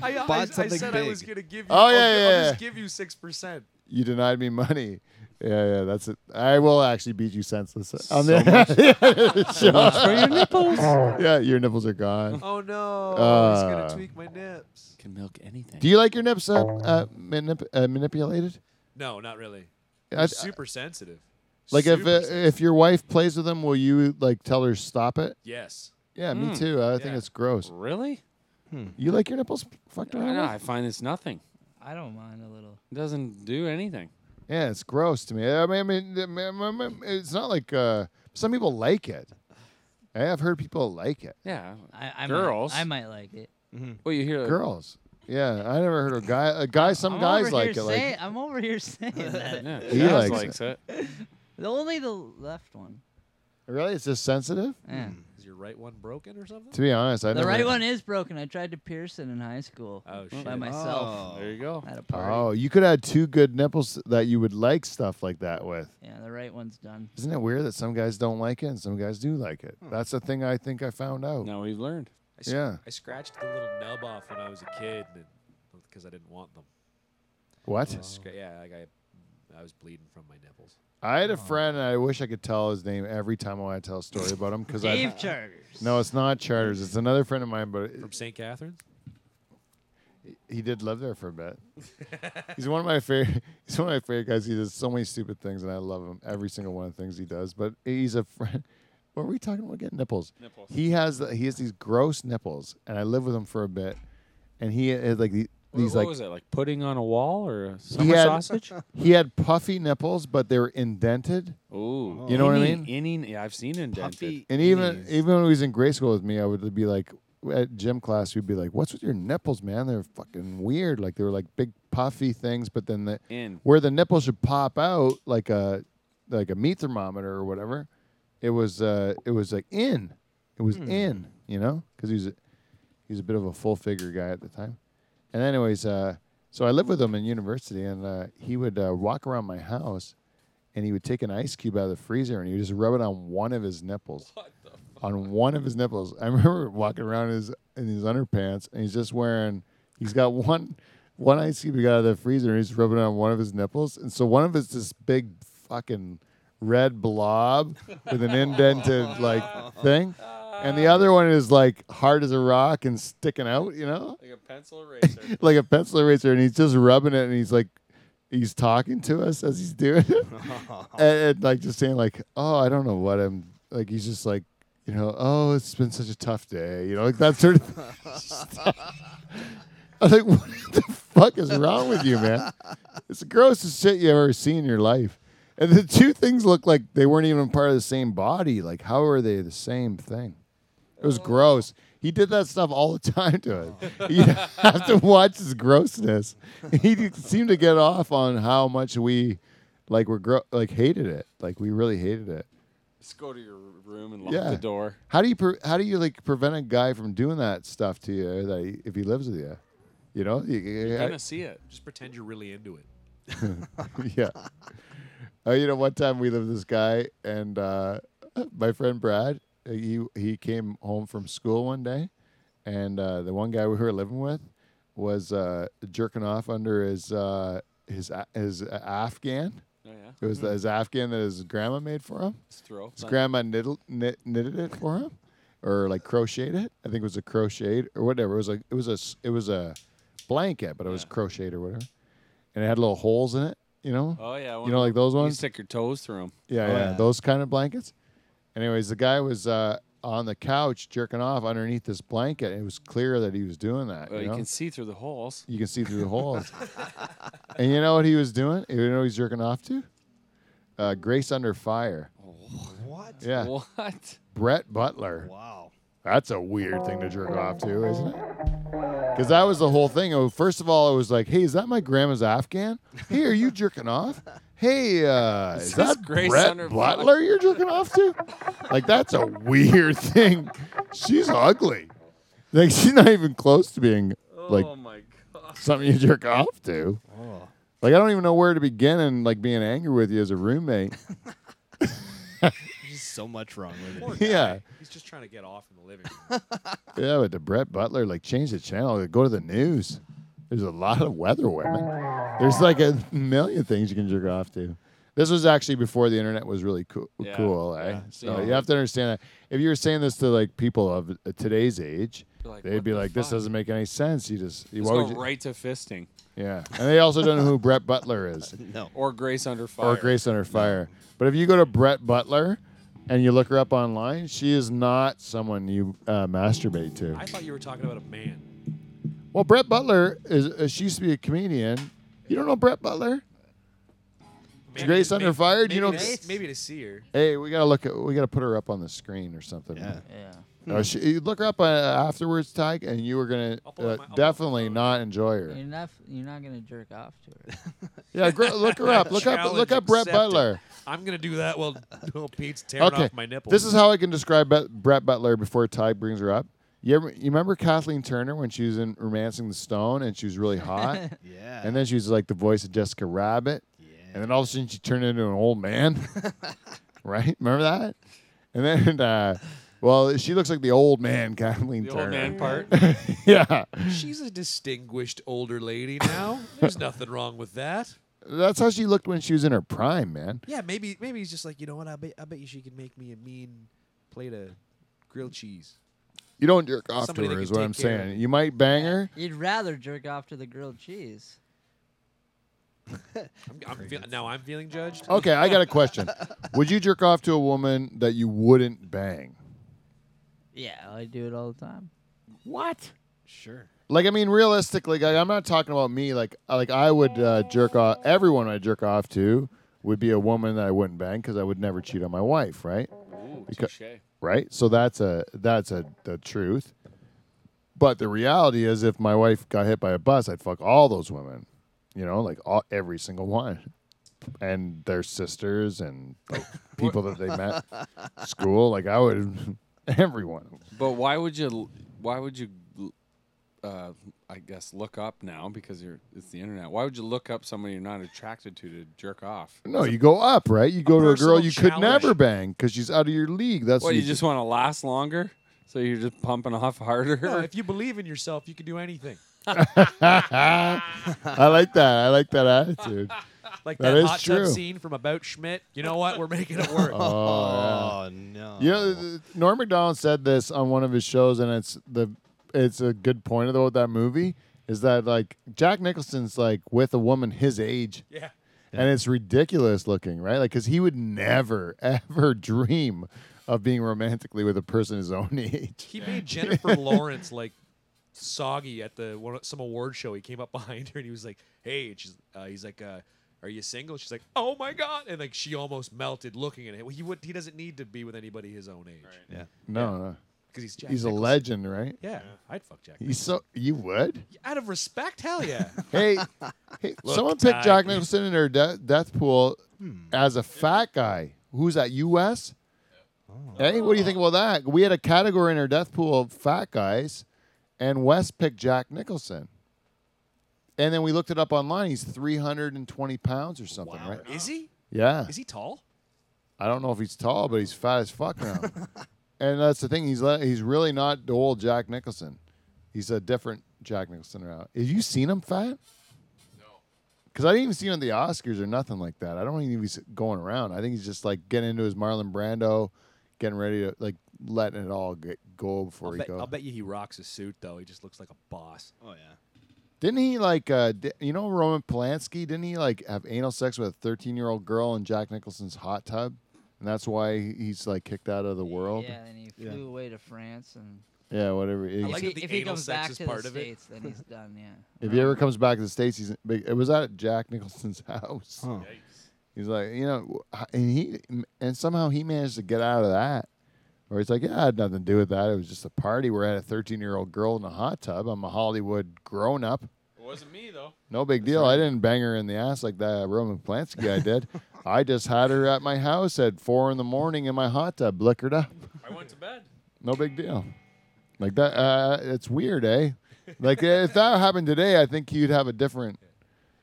I, I, bought I something said I was big. gonna give you. Oh, I'll yeah, ju- I'll yeah, just yeah. give you six percent. you denied me money. Yeah, yeah, that's it. I will actually beat you senseless on So the show. for your nipples. Yeah, your nipples are gone. Oh no! he's gonna Uh. tweak my nips. Can milk anything. Do you like your nips uh, uh, manip- uh, manipulated? No, not really. I- super sensitive. like if Super uh, sensitive. if your wife plays with them, will you like tell her stop it? yes, Yeah, Hmm, me too. I think yeah. it's gross. Really? Mm. You like your nipples fucked I around? know. with? I find it's nothing. I don't mind a little. It doesn't do anything. Yeah, it's gross to me. I mean, I mean, I mean, I mean, it's not like uh, some people like it. I have heard people like it. Yeah. I, I Girls. Might, I might like it. Well, you hear Girls. Yeah, I never heard a guy. A guy. Some I'm guys over like here it. Say, Like I'm over here saying that. Yeah, He Chaz likes it. The- Only the left one. really, it's just sensitive. Yeah. is your right one broken or something? To be honest, I The never. right one is broken. I tried to pierce it in high school Oh shit! by myself Oh, There you go. at a party. Oh, you could add two good nipples that you would like stuff like that with. Yeah, the right one's done. Isn't it weird that some guys don't like it and some guys do like Hmm. it? That's the thing I think I found out. Now we've learned. I sc- Yeah. I scratched the little nub off when I was a kid because I didn't want them. Oh. What? I scra- yeah, like I, I was bleeding from my nipples. I had a friend, and I wish I could tell his name every time I want to tell a story about him because I. Dave Charters. No, it's not Charters. It's another friend of mine, but From St. Catharines? he did live there for a bit. he's one of my favorite. He's one of my favorite guys. He does so many stupid things, and I love him. Every single one of the things he does. But he's a friend. What were we talking about? Getting nipples. Nipples. He has the, he has these gross nipples, and I lived with him for a bit, and he had like the, What, these what like was it like? Putting on a wall or a summer had- sausage? he had puffy nipples, but they were indented. Ooh. You know what I Inning- mean? Inning. Oh. Yeah, I've seen indented. Puffy And even innies. even when he was in grade school with me, I would be like at gym class, we'd be like, "What's with your nipples, man? They're fucking weird. Like they were like big puffy things, but then the In. where the nipple should pop out like a like a meat thermometer or whatever, it was uh it was like in, it was in, you know, because he was a, he was a bit of a full figure guy at the time. And anyways, uh, so I lived with him in university, and uh, he would uh, walk around my house, and he would take an ice cube out of the freezer, and he would just rub it on one of his nipples. On one of his nipples. I remember walking around in his in his underpants, and he's just wearing. He's got one one ice cube he got out of the freezer, and he's rubbing it on one of his nipples, and so one of it's this big fucking red blob with an indented like thing. And the other one is like hard as a rock and sticking out, you know? Like a pencil eraser. like a pencil eraser, and he's just rubbing it, and he's like, he's talking to us as he's doing it, and, and, like just saying like, oh, I don't know what I'm like. He's just like, you know, oh, it's been such a tough day, you know, like that sort of. Thing. I was like, what the fuck is wrong with you, man? It's the grossest shit you ever seen in your life. And the two things look like they weren't even part of the same body. Like, how are they the same thing? It was gross. He did that stuff all the time to us. You have to watch his grossness. He d- seemed to get off on how much we, like, were gro- like hated it. Like we really hated it. Just go to your room and lock Yeah. the door. How do you pre- how do you like prevent a guy from doing that stuff to you that he, if he lives with you? You know, You- you- You're gonna see it. Just pretend you're really into it. yeah. Oh, you know, one time we lived with this guy, and uh, my friend Brad, uh, he he came home from school one day, and uh, the one guy we were living with was uh, jerking off under his uh, his a- his a- Afghan. Oh yeah. It was his Afghan that his grandma made for him. Just throw. His grandma knitted, knit, knitted it for him, or like crocheted it. I think it was a crocheted or whatever. It was like it was a s- it was a blanket, but it was crocheted or whatever, and it had little holes in it. You know. Oh yeah. You know, like those You ones. stick your toes through them. Yeah, yeah, those kind of blankets. Anyways, the guy was uh, on the couch jerking off underneath this blanket. and It was clear that he was doing that. you, Well, Oh, you know? can see through the holes. you can see through the holes. and you know what he was doing? You know what he's jerking off to? Uh, Grace Under Fire. What? Yeah, What? Brett Butler. Wow. That's a weird thing to Oh. jerk off to, isn't it? Because that was the whole thing. Oh, first of all, it was like, hey, is that my grandma's Afghan? Hey, are you jerking off? Hey, uh, is, this that Grace Brett Under Fire? Butler you're jerking off to? Like, that's a weird thing. She's ugly. Like, she's not even close to being like Oh, my god. something you jerk off to. Oh. Like, I don't even know where to begin and like being angry with you as a roommate. There's just so much wrong with Poor it. guy. Yeah. He's just trying to get off in the living room. Yeah, but the Brett Butler, like, change the channel. Go to the news. There's a lot of weather women. There's like a million things you can jerk off to. This was actually before the internet was really cool. Yeah, cool, eh? yeah. So Yeah. you have to understand that. If you were saying this to like people of uh, today's age, You're like, they'd "What be the like, "This fuck?" doesn't make any sense." You just, you, Let's why go would you- right to fisting yeah. And they also don't know who Brett Butler is No. or Grace under fire. or Grace Under Fire. But if you go to Brett Butler and you look her up online, she is not someone you uh, masturbate to. I thought you were talking about a man. Well, Brett Butler is uh, she used to be a comedian. You don't know Brett Butler? Maybe- Grace maybe- under fire? Do you maybe know- to- Maybe to see her. Hey, we gotta look. At, we gotta put her up on the screen or something. Yeah. Yeah. No, she, you look her up uh, afterwards, Tyke, and you were gonna I'll pull uh, up my- I'll pull up my definitely phone. not enjoy her. You're not you're not gonna jerk off to her. Yeah, gr- look her up. Look up. Look up Brett Challenge accepted. Butler. I'm gonna do that while while Pete's tearing Okay. off my nipple. This is how I can describe Bet- Brett Butler before Tyke brings her up. You, ever, you remember Kathleen Turner when she was in *Romancing the Stone* and she was really hot, Yeah. and then she was like the voice of Jessica Rabbit. And yeah. then all of a sudden she turned into an old man. right? Remember that? And then, uh, well, she looks like the old man, Kathleen The Turner. old man part. yeah. she's a distinguished older lady now. There's nothing wrong with that. That's how she looked when she was in her prime, man. Yeah, maybe maybe he's just like you know what? I bet I bet you she could make me a mean plate of grilled cheese. You don't jerk off Somebody to that her, is can what take I'm care of saying. You might bang her. You'd rather jerk off to the grilled cheese. I'm, I'm feel, now I'm feeling judged. Okay, I got a question. Would you jerk off to a woman that you wouldn't bang? Yeah, I do it all the time. What? Sure. Like, I mean, realistically, like, I'm not talking about me. Like, like I would uh, jerk off. Everyone I jerk off to would be a woman that I wouldn't bang because I would never cheat on my wife, right? Ooh, Because- touche. right? So that's a that's a the truth. But the reality is, if my wife got hit by a bus, I'd fuck all those women, you know, like all, every single one, and their sisters and like, people that they met, school. Like I would, everyone. But why would you? Why would you? Uh, I guess look up now because you're it's the internet. Why would you look up somebody you're not attracted to to jerk off? No, you go up, right? You go to a girl personal you could challenge. never bang because she's out of your league. That's What what you just want to last longer, so you're just pumping off harder. No, if you believe in yourself, you can do anything. I like that. I like that attitude. Like That that, is hot true. tub scene from About Schmidt. You know what? We're making it work. Oh, no. You know, th- Norm Macdonald said this on one of his shows, and it's the it's a good point about that movie is that like Jack Nicholson's like with a woman his age, yeah. and it's ridiculous looking, right? Like, because he would never ever dream of being romantically with a person his own age. He made Jennifer Lawrence like soggy at the one, some award show. He came up behind her and he was like, "Hey," and she's, uh, he's like, uh, "Are you single?" She's like, "Oh my god!" And like she almost melted looking at him. He would he doesn't need to be with anybody his own age yeah. No, no, because he's Jack he's a Nicholson. legend, right? Yeah, I'd fuck Jack. He's so you would. Nicholson. Out of respect, hell yeah. Hey, hey someone picked Ty. Jack Nicholson in their de- death pool as a fat guy. Who's that? U.S. Hey, what do you think about that? We had a category in our death pool of fat guys, and West picked Jack Nicholson. And then we looked it up online. He's 320 pounds or something, right? Is he? Yeah. Is he tall? I don't know if he's tall, but he's fat as fuck now. and that's the thing. He's le- he's really not the old Jack Nicholson. He's a different Jack Nicholson now. Have you seen him fat? No. Because I didn't even see him at the Oscars or nothing like that. I don't think he's going around. I think he's just like getting into his Marlon Brando, getting ready to like letting it all get, go before I'll he bet, goes. I'll bet you he rocks a suit though. He just looks like a boss. Oh, yeah. Didn't he like uh di- you know Roman Polanski? Didn't he like have anal sex with a thirteen year old girl in Jack Nicholson's hot tub? And that's why he's like kicked out of the world. Yeah, and he Yeah. flew away to France and Yeah, whatever. He- I like if, he, that the if he anal comes sex back is to part the of it. States, then he's done, yeah. if he ever comes back to the states, he's big. It was at Jack Nicholson's house. He's like, you know, and he and somehow he managed to get out of that. Or he's like, yeah, I had nothing to do with that. It was just a party. We're at a thirteen-year-old girl in a hot tub. I'm a Hollywood grown-up. it wasn't me though. No big deal. I didn't bang her in the ass like that Roman Polanski guy did. I just had her at my house at four in the morning in my hot tub, liquored up. I went to bed. No big deal. Like that, uh, it's weird, eh? Like if that happened today, I think you'd have a different.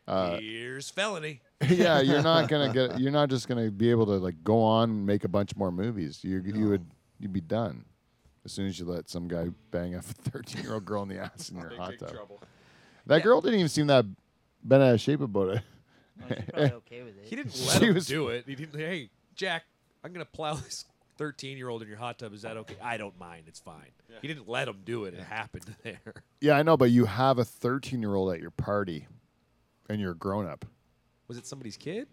Uh, Here's felony. yeah, you're not gonna get. You're not just gonna be able to like go on and make a bunch more movies. You you would you'd be done as soon as you let some guy bang a 13 year old girl in the ass in your hot tub. That girl didn't even seem that been out of shape about it. Well, she's probably okay with it. He didn't She let him was- do it. He didn't. Hey, Jack, I'm gonna plow this 13 year old in your hot tub. Is that okay? I don't mind. It's fine. He didn't let him do it. It happened there. Yeah, I know, but you have a 13 year old at your party, and you're a grown up. Was it somebody's kid?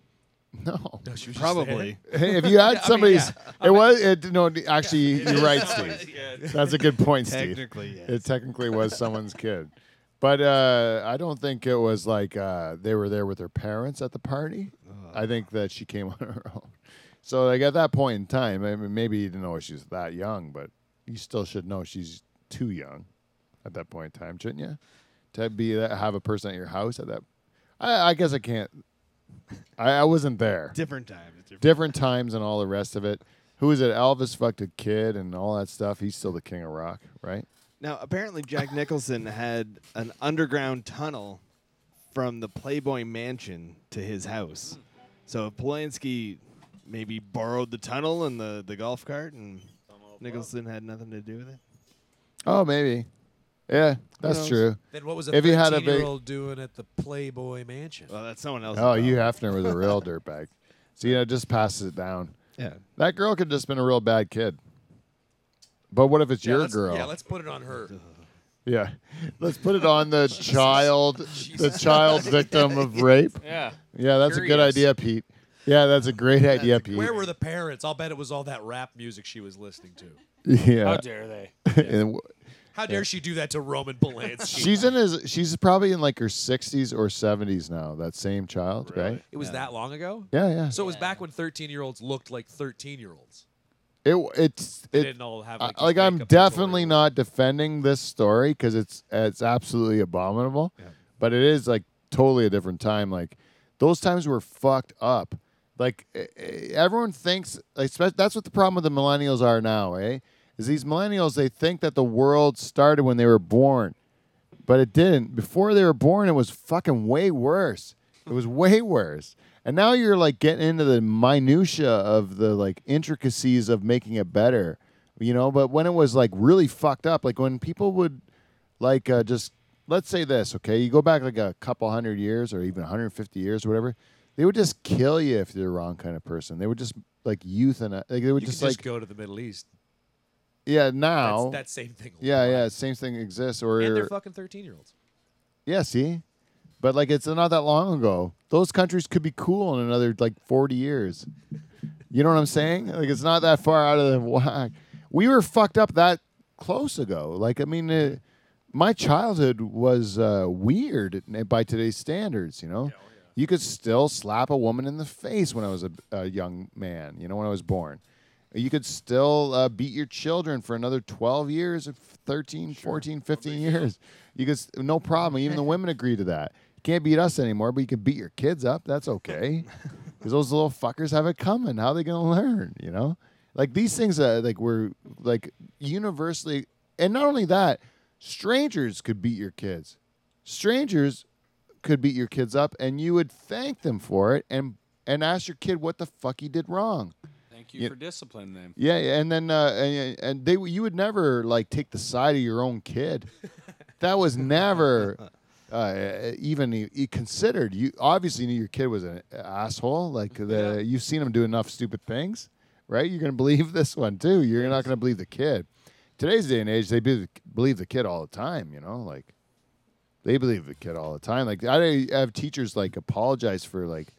No. No, she was Probably. Hey, if you had somebody's, it was it. No, actually, you're right, Steve. That's a good point, Steve. Technically, yes. It technically was someone's kid, but uh, I don't think it was like uh, they were there with their parents at the party. I think that she came on her own. So like at that point in time, I mean, maybe you didn't know she's that young, but you still should know she's too young at that point in time, shouldn't you? To be that, have a person at your house at that. I, I guess I can't. I, I wasn't there different time. It's different. different times and all the rest of it. Who is it? Elvis fucked a kid and all that stuff. He's still the king of rock, right? Now, apparently, Jack Nicholson had an underground tunnel from the Playboy Mansion to his house. So Polanski maybe borrowed the tunnel and the, the golf cart, and Nicholson had nothing to do with it. Oh, maybe. Yeah, that's knows? true. Then what was a If he had a 13 year old doing at the Playboy Mansion? Well, that's someone else. Oh, you Hefner was a real dirtbag. So, you know, just passes it down. Yeah. That girl could have just been a real bad kid. But what if it's Yeah, your let's- girl? Yeah, let's put it on her. Yeah. Let's put it on the child, the child victim of rape. Yeah. Yeah, that's a good Curious. idea, Pete. Yeah, that's a great idea, Pete. Where were the parents? I'll bet it was all that rap music she was listening to. How yeah. dare they? And- How dare she do that to Roman Polanski? She's in his. She's probably in like her sixties or seventies now. That same child, right? it was that long ago? Yeah, yeah. So it was back when 13 year olds looked like 13 year olds. it it's They it. didn't all have I- like, Like these I'm makeup tutorials. definitely not defending this story because it's it's absolutely abominable, but it is like totally a different time. Like those times were fucked up. Like eh, eh, everyone thinks. Like spe- that's what the problem with the millennials are now, eh? Is these millennials they think that the world started when they were born. but it didn't. Before they were born, it was fucking way worse. It was way worse. And now you're like getting into the minutia of the like intricacies of making it better, you know. But when it was like really fucked up, like when people would like uh, just let's say this, okay, you go back like a couple hundred years or even 150 years or whatever, they would just kill you if you're the wrong kind of person. They would just like euthanize, like they would You just just, like just go to the Middle East. yeah That's now that same thing. yeah yeah same thing exists or And they're fucking 13 year olds. Yeah, see? But like it's not that long ago. Those countries could be cool in another like 40 years. You know what I'm saying? Like it's not that far out of the whack. We were fucked up that close ago. Like I mean, uh my childhood was uh, weird by today's standards. You know, you could still slap a woman in the face when I was a, a young man. You know, when I was born, you could still uh, beat your children for another 12 years, 13, 14, 15 years. You could s- no problem. Even the women agree to that. You can't beat us anymore, but you can beat your kids up. That's okay. because those little fuckers have it coming. How they gonna learn? You know, like these things that like were like universally, and not only that, strangers could beat your kids. Strangers could beat your kids up, and you would thank them for it, and and ask your kid what the fuck he did wrong. Thank you Yeah. for disciplining them. Yeah, yeah, and then uh, and and they you would never like take the side of your own kid. that was never uh, even e- e- considered. You obviously knew your kid was an asshole. Like the you've seen him do enough stupid things, right? You're gonna believe this one too. You're not gonna believe the kid. Today's day and age, they be- believe the kid all the time. You know, like they believe the kid all the time. Like I have teachers like apologize for like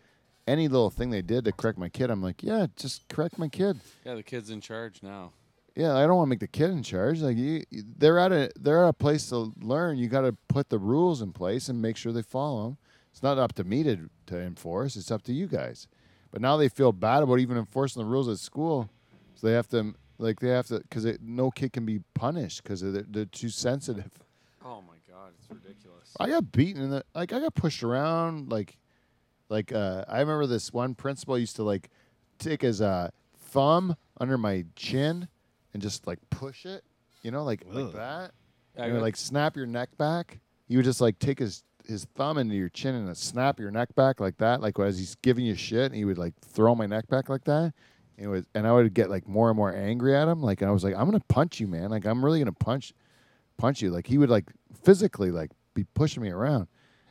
any little thing they did to correct my kid. I'm like, yeah, just correct my kid Yeah, the kid's in charge now. yeah, I don't want to make the kid in charge. Like you, you- they're at a they're at a place to learn. You got to put the rules in place and make sure they follow them. It's not up to me to to enforce. It's up to you guys. But now they feel bad about even enforcing the rules at school, so they have to like they have to because no kid can be punished because they're, they're too sensitive. Oh my god, it's ridiculous. I got beaten in the like I got pushed around like like uh I remember this one principal used to like take his uh thumb under my chin and just like push it, you know, like like Ugh. that. Yeah, and I would, got- like snap your neck back. He would just like take his his thumb into your chin and then snap your neck back like that, like as he's giving you shit, and he would like throw my neck back like that. It was, and I would get like more and more angry at him. Like I was like, I'm gonna punch you, man. Like I'm really gonna punch punch you. Like he would like physically like be pushing me around.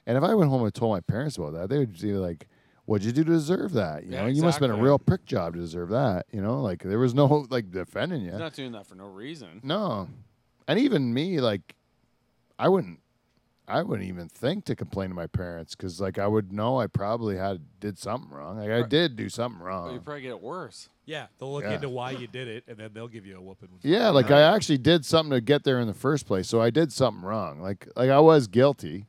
And if I went home and told my parents about that, they would be like, "What'd you do to deserve that? You Yeah, know, you must have been a exactly. real prick job to deserve that. You know, like there was no like defending you. He's not doing that for no reason. No. And even me, like, I wouldn't, I wouldn't even think to complain to my parents because, like, I would know I probably had did something wrong. Like, I did do something But you wrong. probably get it worse. Yeah, they'll look Yeah. into why you did it, and then they'll give you a whooping. Yeah, like I actually did something to get there in the first place, so I did something wrong. Like, like I was guilty,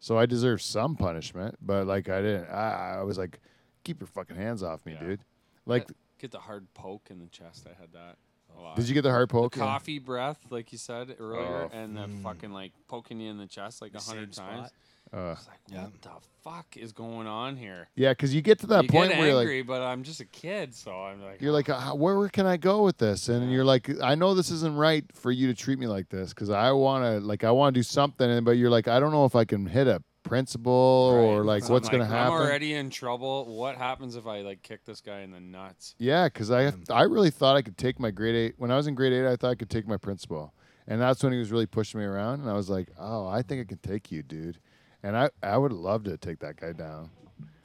so I deserve some punishment. But like, I didn't. I, I was like, keep your fucking hands off me, Yeah. dude. Like, Get the hard poke in the chest. I had that. a lot. did you get the hard poke? coffee breath, like you said earlier, Oh, and the fucking like poking you in hmm. the chest like a hundred same times? spot. Uh, It's like, what the fuck is going on here? yeah, because you get to that you point get where you're like, angry, but I'm just a kid, so I'm like, you're like, "Uh, where, where can I go with this? And you're like, I know this isn't right for you to treat me like this because I want to, like, I want to do something. And but you're like, I don't know if I can hit a principal or Right. oh, like So I'm what's gonna happen. I'm already in trouble. What happens if I like kick this guy in the nuts? Yeah, because I Mm. I really thought I could take my grade eight when I was in grade eight. I thought I could take my principal, and that's when he was really pushing me around. And I was like, oh, I think I can take you, dude. And I I would love to take that guy down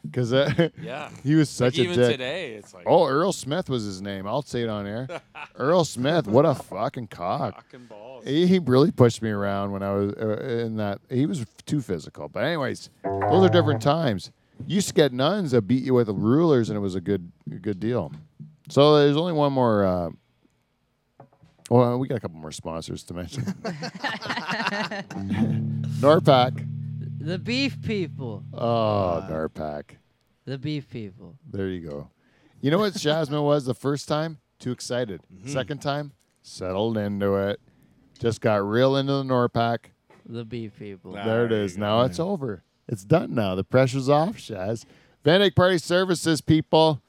because Yeah. he was such Even a dick. today, it's like Oh, Earl Smith was his name. I'll say it on air. Earl Smith, what a fucking cock. fucking balls. He, he really pushed me around when I was uh, in that. He was too physical. But anyways, those are different times. You used to get nuns that beat you with rulers, and it was a good a good deal. So there's only one more. Uh, well, we got a couple more sponsors to mention. Norpac. The beef people. Oh, Norpac. The beef people. There you go. You know what Jasmine was the first time? Too excited. Second time, settled into it. Just got real into the Norpac. The beef people. There it is. Now it's over. It's done now. The pressure's off, Shaz. Vanek Party Services, people.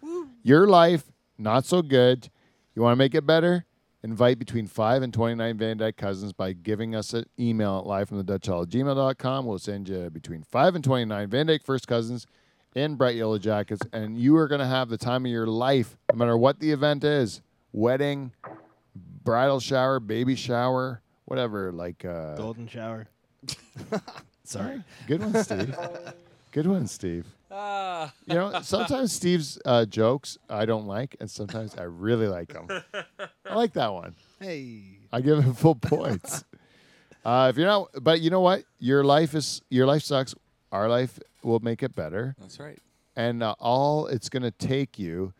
Your life, not so good. You want to make it better? Invite between 5 and 29 Van Dyke cousins by giving us an email at live from the Dutch Hall gmail.com. We'll send you between 5 and 29 Van Dyke first cousins in bright yellow jackets, and you are going to have the time of your life, no matter what the event is wedding, bridal shower, baby shower, whatever. Like, uh, Golden shower. Sorry. Good one, Steve. Good one, Steve. Ah, You know, sometimes Steve's uh, jokes I don't like, and sometimes I really like them. I like that one. Hey. I give him full points. Uh, if you're not, but you know what? Your life is your life sucks. Our life will make it better, that's right. and uh, all it's going to take you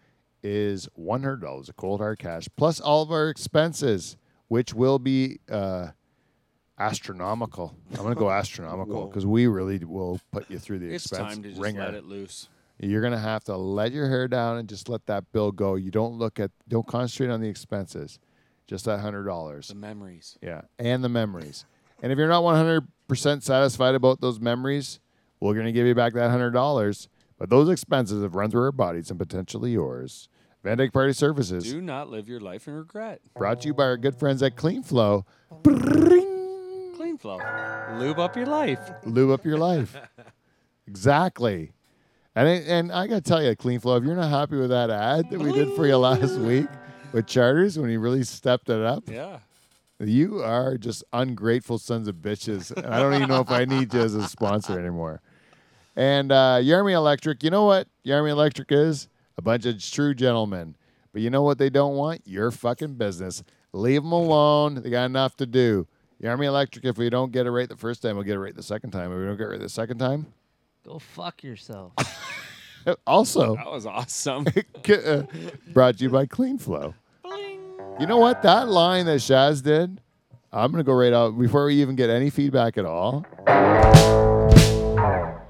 is one hundred dollars of cold hard cash plus all of our expenses, which will be uh, astronomical. I'm going to go astronomical Whoa. because we really will put you through the It's expense time to just ringer let it loose. you're gonna have to let your hair down and just let that bill go. You don't look at, don't concentrate on the expenses, just that hundred dollars. The memories. Yeah, and the memories. and if you're not 100 percent satisfied about those memories, we're gonna give you back that hundred dollars. But those expenses have run through our bodies and potentially yours. Van Dyke Party Services Do not live your life in regret. brought to you by our good friends at Clean Flow. Clean flow. Lube up your life. lube up your life. exactly. And I, and I gotta tell you, Clean Flow, if you're not happy with that ad that we did for you last week with Charters when you really stepped it up, Yeah. you are just ungrateful sons of bitches. And I don't even know if I need you as a sponsor anymore. And uh, Yarmy Electric, you know what Yarmy Electric is? A bunch of true gentlemen. But you know what they don't want? Your fucking business. Leave them alone. They got enough to do. Yarmy Electric, if we don't get it right the first time, we'll get it right the second time. If we don't get it right the second time, uh, Go fuck yourself. also That was awesome. uh, brought to you by Clean Flow. You know what? That line that Shaz did, I'm going to go right out before we even get any feedback at all.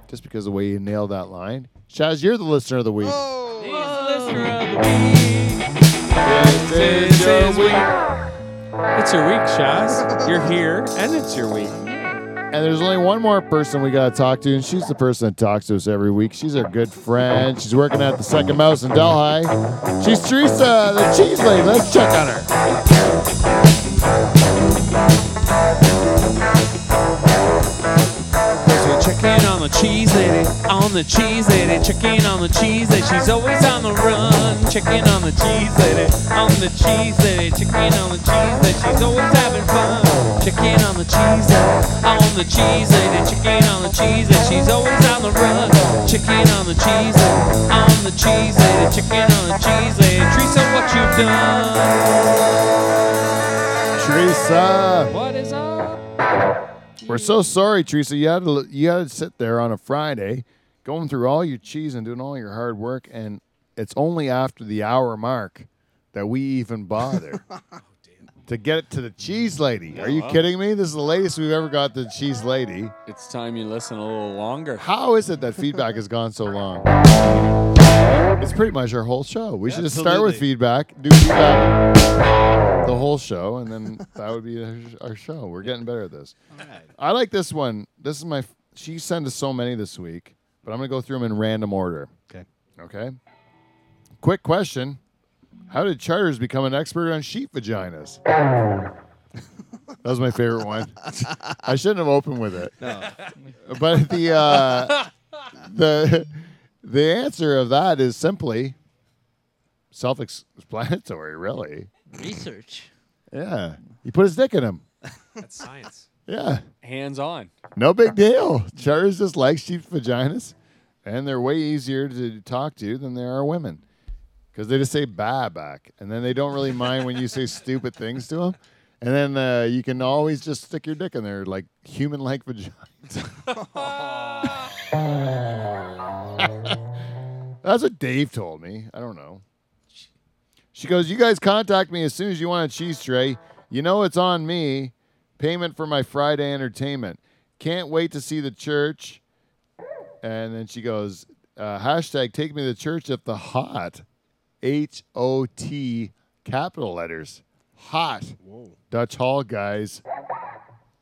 Just because the way you nailed that line. Shaz, you're the listener of the week. This is week. It's your week, Shaz. You're here, and it's your week. And there's only one more person we got to talk to, and she's the person that talks to us every week. She's our good friend. She's working at the Second Mouse in Delhi. She's Teresa, the cheese lady. Let's check on her. So check in on the cheese lady, on the cheese lady, check in on the cheese lady. She's always on the run. Check in on the cheese lady, on the cheese lady, check in on the cheese lady. She's always having fun. chicken on the cheese I on the cheese lady, chicken on the cheese and she's always on the run. Chicken on the cheese I on the cheese lady, chicken on the cheese lady, Teresa, what you've done? Teresa. What is up? We're so sorry, Teresa. You had to l- you had to sit there on a Friday, going through all your cheese and doing all your hard work, and it's only after the hour mark that we even bother to get it to the cheese lady. Are you kidding me? This is the latest we've ever got to the cheese lady. It's time you listen a little longer. How is it that feedback has gone so long? It's pretty much our whole show. We should just start with Absolutely. feedback, do feedback the whole show, and then that would be our- our show. We're getting better at this. I like this one. This is my. f- She sent us so many this week, but I'm gonna go through them in random order. Okay. Okay. Quick question: How did charters become an expert on sheep vaginas? that was my favorite one. I shouldn't have opened with it. No. But the uh, the the answer of that is simply self-explanatory. Really? Research. Yeah. He put his dick in him. That's science. Yeah. Hands on. No big deal. Charters just like sheep vaginas, and they're way easier to talk to than they are women because they just say "bah" back, and then they don't really mind when you say stupid things to them. And then uh, you can always just stick your dick in there, like human-like vaginas. That's what Dave told me. I don't know. She goes, "You guys contact me as soon as you want a cheese tray. You know it's on me. Payment for my Friday entertainment. Can't wait to see the church." And then she goes, uh, "Hashtag take me to church if the hot, H O T, capital letters, hot Dutch Hall guys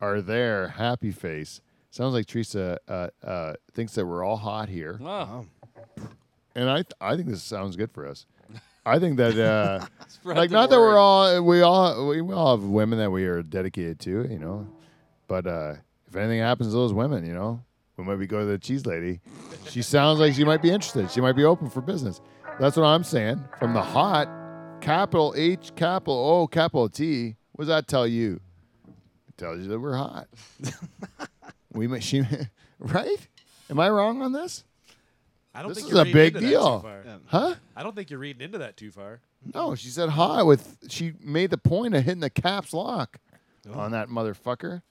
are there. Happy face. Sounds like Teresa uh, uh, thinks that we're all hot here." Wow. and I th- I think this sounds good for us. I think that uh, Spread like the not that word. we're all we all we all have women that we are dedicated to, you know. But uh, if anything happens to those women, you know, we might be going to the cheese lady. she sounds like she might be interested. She might be open for business. That's what I'm saying. From the hot capital H capital O capital T, what does that tell you? It tells you that we're hot. we might she right? Am I wrong on this? I don't This think is you're a reading big into deal. That too far. Yeah. Huh? I don't think you're reading into that too far. No, she said hi with she made the point of hitting the caps lock Oh. on that motherfucker.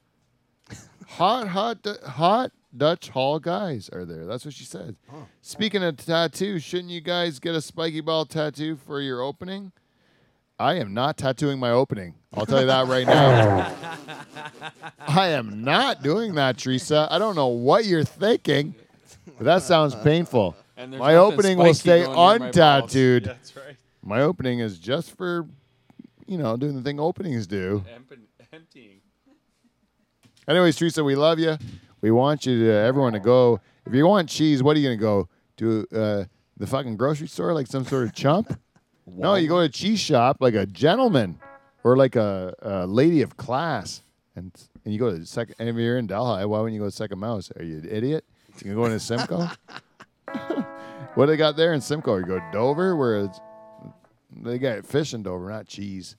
hot, hot, Du- hot Dutch Hall guys are there. That's what she said. Speaking of tattoos, shouldn't you guys get a spiky ball tattoo for your opening? I am not tattooing my opening. I'll tell you that right now. I am not doing that, Teresa. I don't know what you're thinking, but that sounds painful. And there's My nothing opening will spiky stay going near my balls. untattooed. That's right. My opening is just for, you know, doing the thing openings do. Emp- emptying. Anyways, Teresa, we love you. We want you to everyone to go. If you want cheese, what are you gonna go to uh, the fucking grocery store like some sort of chump? no, you go to a cheese shop like a gentleman or like a, a lady of class. And and you go to the second. And if you're in Delhi, why wouldn't you go to Second Mouse? Are you an idiot? You can go into Simcoe. what do they got there in Simcoe? You go to Dover, where it's, they got fish in Dover, not cheese.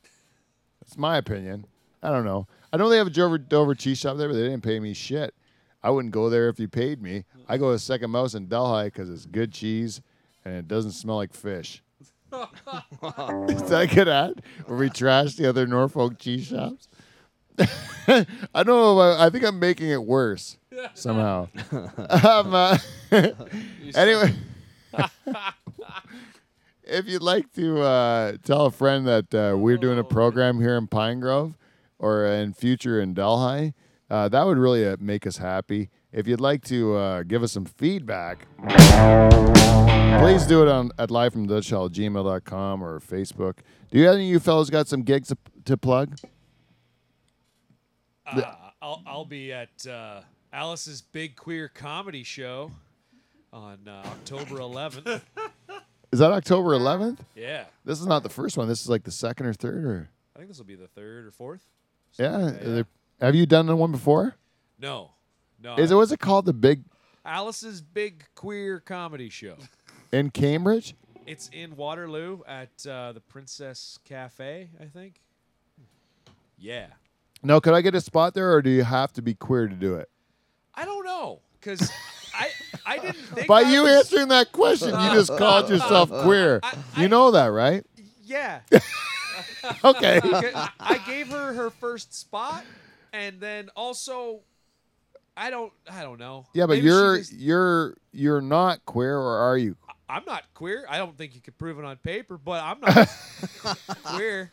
That's my opinion. I don't know. I know they have a Dover, Dover cheese shop there, but they didn't pay me shit. I wouldn't go there if you paid me. I go to Second Mouse in Delhi because it's good cheese and it doesn't smell like fish. Is that a good ad? Where we trash the other Norfolk cheese shops? I don't know. if I, I think I'm making it worse somehow. um, uh, anyway if you'd like to uh, tell a friend that uh, we're doing a Oh, program here in Pine Grove or in future in Delhi, uh, that would really uh, make us happy. If you'd like to uh, give us some feedback, please do it on at live from or Facebook. Do you any of you fellows got some gigs to, to plug? Uh, I'll, I'll be at uh, Alice's Big Queer Comedy Show on uh, October 11th. Is that October 11th? yeah. This is not the first one. This is like the second or third or I think this will be the third or fourth. yeah. Something like that. There- Have you done one before? No. No. Is it what's it called? The big Alice's Big Queer Comedy Show. in Cambridge? It's in Waterloo at uh, the Princess Cafe, I think. Yeah. Now, could I get a spot there, or do you have to be queer to do it? I don't know because I I didn't think By I you was- answering that question, you just called yourself queer. I- I- You know that, right? Yeah, Okay. 'Cause I- I gave her her first spot, and then also I don't I don't know. Yeah, but Maybe she you're just- you're you're not queer, or are you? I'm not queer. I don't think you could prove it on paper, but I'm not queer.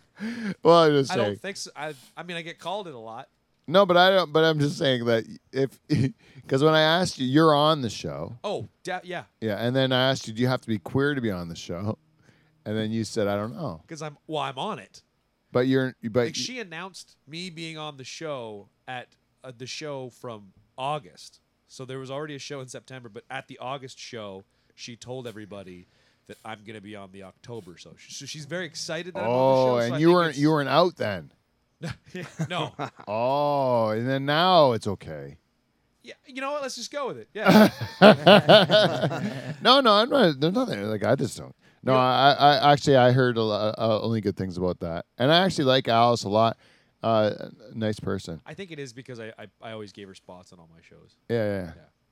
Well, I'm just I saying. don't think so. I I mean I get called it a lot. No, but I don't. But I'm just saying that if because when I asked you, you're on the show. Oh, da- yeah, Yeah, and then I asked you, do you have to be queer to be on the show? And then you said, I don't know. because I'm well, I'm on it. But you're but Like she announced me being on the show at uh, the show from August. So there was already a show in September, but at the August show, she told everybody that I'm going to be on the October. So, she, so she's very excited that I'm oh, on the show. so and I you think weren't you weren't out then. it's- no. Oh, and then now it's okay. Yeah, you know what? Let's just go with it. Yeah. No, no, I'm not. There's nothing like I just don't. No, I, I actually I heard a lot, uh, only good things about that, and I actually like Alice a lot. Uh, nice person. I think it is because I, I, I always gave her spots on all my shows. Yeah, yeah, yeah.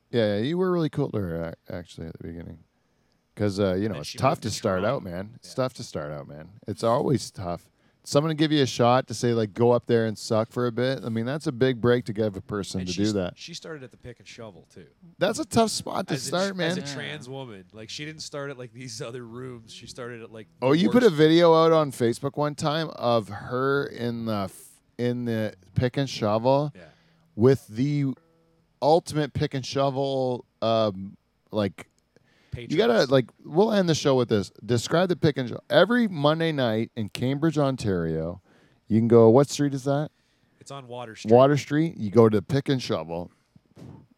yeah, yeah, You were really cool to her ac- actually at the beginning, because uh, you know then it's she tough moved to to start out, Toronto. man. It's Yeah. tough to start out, man. It's always tough. Someone to give you a shot to say like go up there and suck for a bit. I mean that's a big break to give a person And to she, do that. She started at the pick and shovel too. That's a tough spot to As a, start, man. As a trans woman, like she didn't start at like these other rooms. She started at like. Oh, the you put a worst- video out on Facebook one time of her in the f- in the pick and shovel Yeah. with the ultimate pick and shovel. Um, like you gotta patrons. like. We'll end the show with this. Describe the pick and shovel every Monday night in Cambridge, Ontario. You can go. What street is that? It's on Water Street. Water Street. You go to pick and shovel.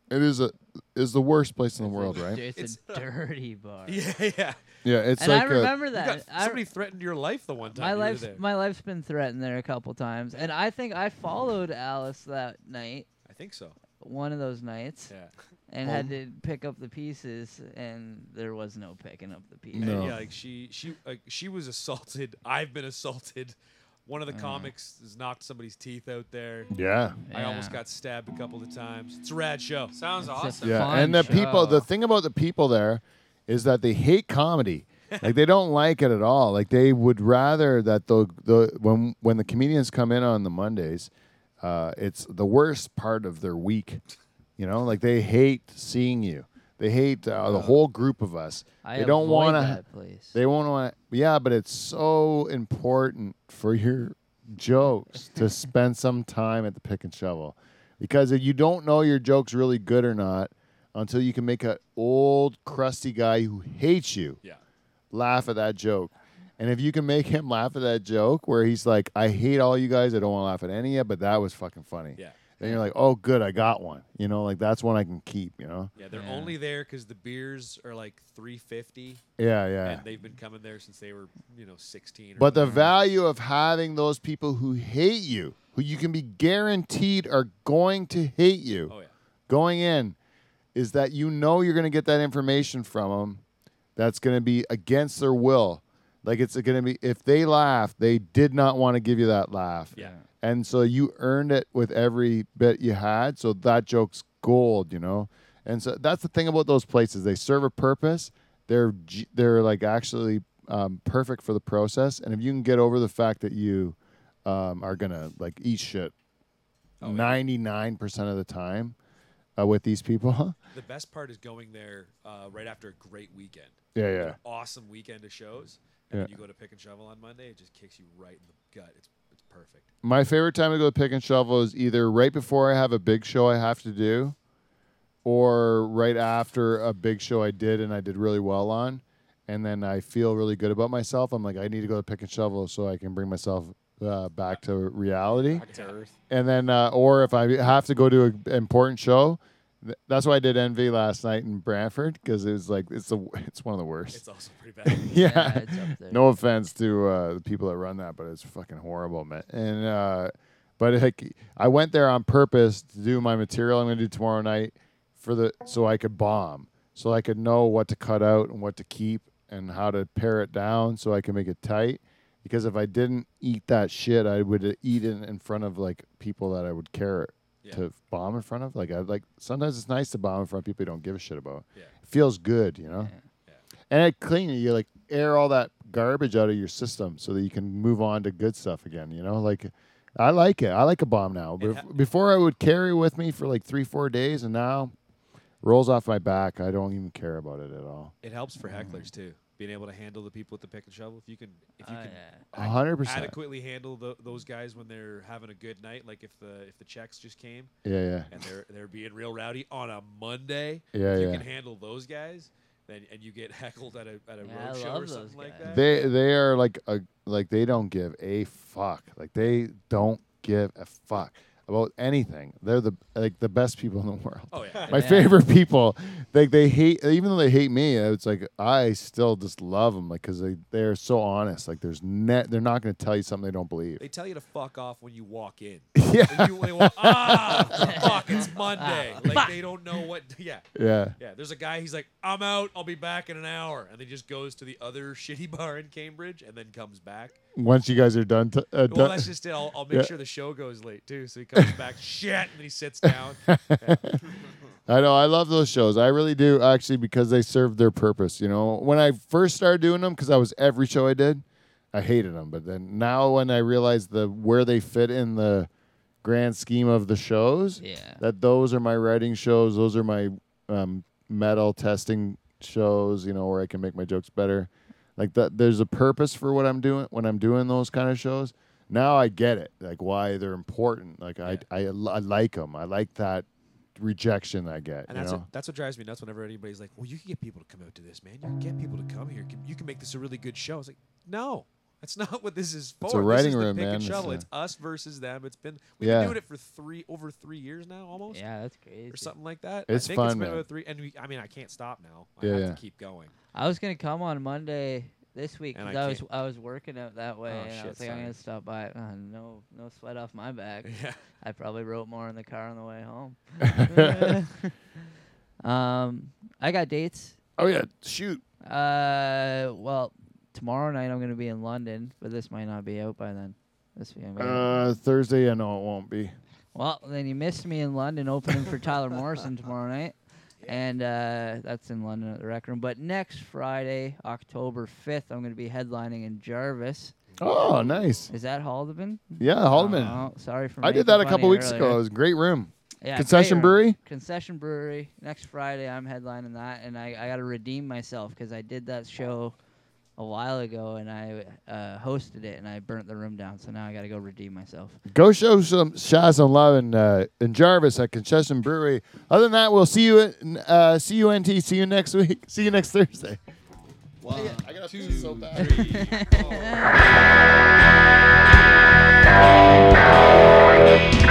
It is a is the worst place in the world, right? It's, a dirty bar. Yeah, yeah. Yeah, it's and like I a- remember You that. got, I- somebody threatened your life the one time. my you were life's there. my life's been threatened there a couple times, and I think I followed Alice that night, I think so. one of those nights, Yeah. and had to pick up the pieces, and there was no picking up the pieces. No. And yeah, like she she like she was assaulted. I've been assaulted. One of Uh. the comics has knocked somebody's teeth out there. yeah. I almost Yeah. got stabbed a couple of times. It's a rad show. Sounds awesome. Yeah, fun and the people. The show. thing about the people there is that they hate comedy. like they don't like it at all. Like they would rather that the the when when the comedians come in on the Mondays, uh, it's the worst part of their week. You know, like they hate seeing you. They hate uh, the whole group of us. I they don't want to. that place. They won't want. Yeah, but it's so important for your jokes to spend some time at the pick and shovel, because if you don't know your joke's really good or not until you can make an old crusty guy who hates you Yeah. laugh at that joke. And if you can make him laugh at that joke where he's like, "I hate all you guys. I don't want to laugh at any of, it, but that was fucking funny." Yeah. Then you're like, "Oh, good, I got one." You know, like that's one I can keep. You know. Yeah, they're Yeah. only there because the beers are like 350 Yeah, yeah. and they've been coming there since they were, you know, 16 or But the value of having those people who hate you, who you can be guaranteed are going to hate you Oh yeah. going in, is that you know you're going to get that information from them that's going to be against their will. Like it's going to be, if they laugh, they did not want to give you that laugh. Yeah. And so you earned it with every bit you had. So that joke's gold, you know. And so that's the thing about those places. They serve a purpose. They're g- they're like actually um, perfect for the process. And if you can get over the fact that you um, are gonna like eat shit ninety nine percent of the time uh, with these people, The best part is going there uh, right after a great weekend. yeah, yeah, Awesome weekend of shows. And Yeah. when you go to pick and shovel on Monday, it just kicks you right in the gut. It's it's perfect. My favorite time to go pick and shovel is either right before I have a big show I have to do, or right after a big show I did and I did really well on, and then I feel really good about myself. I'm like, I need to go to pick and shovel so I can bring myself uh, back to reality. Back to earth. And then, uh, or if I have to go to an important show, th- that's why I did Envy last night in Brantford because it was like it's the it's one of the worst. It's also pretty bad. yeah, it's up there. no offense to uh, the people that run that, but it's fucking horrible, man. And uh, but like, I went there on purpose to do my material I'm gonna do tomorrow night for the so I could bomb, so I could know what to cut out and what to keep and how to pare it down, so I can make it tight. because if I didn't eat that shit, I would eat it in front of like people that I would care Yeah. to bomb in front of. Like I like sometimes it's nice to bomb in front of people you don't give a shit about. Yeah. It feels good, you know. Yeah. And it clean you. You like air all that garbage out of your system so that you can move on to good stuff again. You know, like I like it. I like a bomb now. It Bef- ha- before I would carry with me for like three, four days, and now rolls off my back. I don't even care about it at all. It helps for hecklers too, being able to handle the people with the pick and shovel. If you can, if you Oh, can yeah. A hundred percent. adequately handle tho- those guys when they're having a good night, like if the if the checks just came Yeah, yeah. and they're they're being real rowdy on a Monday, Yeah, if you yeah. can handle those guys, then and you get heckled at a at a Yeah, I road show love or those something like guys. that. They they are like a like they don't give a fuck. Like they don't give a fuck about anything. They're the like the best people in the world. oh yeah, My Yeah. favorite people, they they hate even though they hate me. It's like I still just love them, like because they they're so honest. Like there's net, they're not going to tell you something they don't believe. They tell you to fuck off when you walk in. Yeah. And you, they walk, ah, fuck, it's Monday. Like they don't know what. Yeah, Yeah, yeah. There's a guy. He's like, I'm out. I'll be back in an hour, and then he just goes to the other shitty bar in Cambridge, and then comes back. once you guys are done, t- uh, Well, done that's just it. I'll, I'll make Yeah. sure the show goes late too. So he comes back, shit, and then he sits down. I know. I love those shows. I really do, actually, because they serve their purpose. You know, when I first started doing them, because I was every show I did, I hated them. But then now, when I realized the where they fit in the grand scheme of the shows, Yeah. that those are my writing shows. Those are my um, metal testing shows. You know, where I can make my jokes better. Like that, there's a purpose for what I'm doing when I'm doing those kind of shows. Now I get it, like why they're important. Like I, I, I like them. I like that rejection I get. And you that's know? what, that's what drives me nuts whenever anybody's like, "Well, you can get people to come out to this, man. You can get people to come here. You can- You can make this a really good show." It's like, no, that's not what this is for. a this writing is the room, pick man. And It's shovel. a- It's us versus them. It's been we've Yeah. been doing it for three over three years now, almost, Yeah, that's crazy. or something like that. It's I think fun, it's been man. about three, and we, I mean, I can't stop now. I Yeah, have yeah. to keep going. I was gonna come on Monday this week And 'cause I I, was can't. I was working out that way, Oh, and I shit, was like, I'm sorry. gonna stop by. Uh, no, no sweat off my back. Yeah, I probably wrote more in the car on the way home. um, I got dates. Oh yeah, shoot. Uh, well, tomorrow night I'm gonna be in London, but this might not be out by then. This weekend. Uh, Thursday, I know it won't be. Well, then you missed me in London opening for Tyler Morrison tomorrow night. And uh, that's in London at the Rec Room. But next Friday, October 5th, I'm going to be headlining in Jarvis. Oh, nice. Is that Haldeman? Yeah, Haldeman. Oh, sorry for I making did that a fun of couple you weeks ago. earlier. It was a great room. Yeah, Concession great room. Brewery? Concession Brewery. Next Friday, I'm headlining that. And I, I got to redeem myself because I did that show a while ago and I uh, hosted it and I burnt the room down. So now I got to go redeem myself. Go show some Shaz and Love and, uh, and Jarvis at Concession Brewery. Other than that, we'll see you at uh, see you NT. See you next week. See you next Thursday. One, I got Two, three, four. two,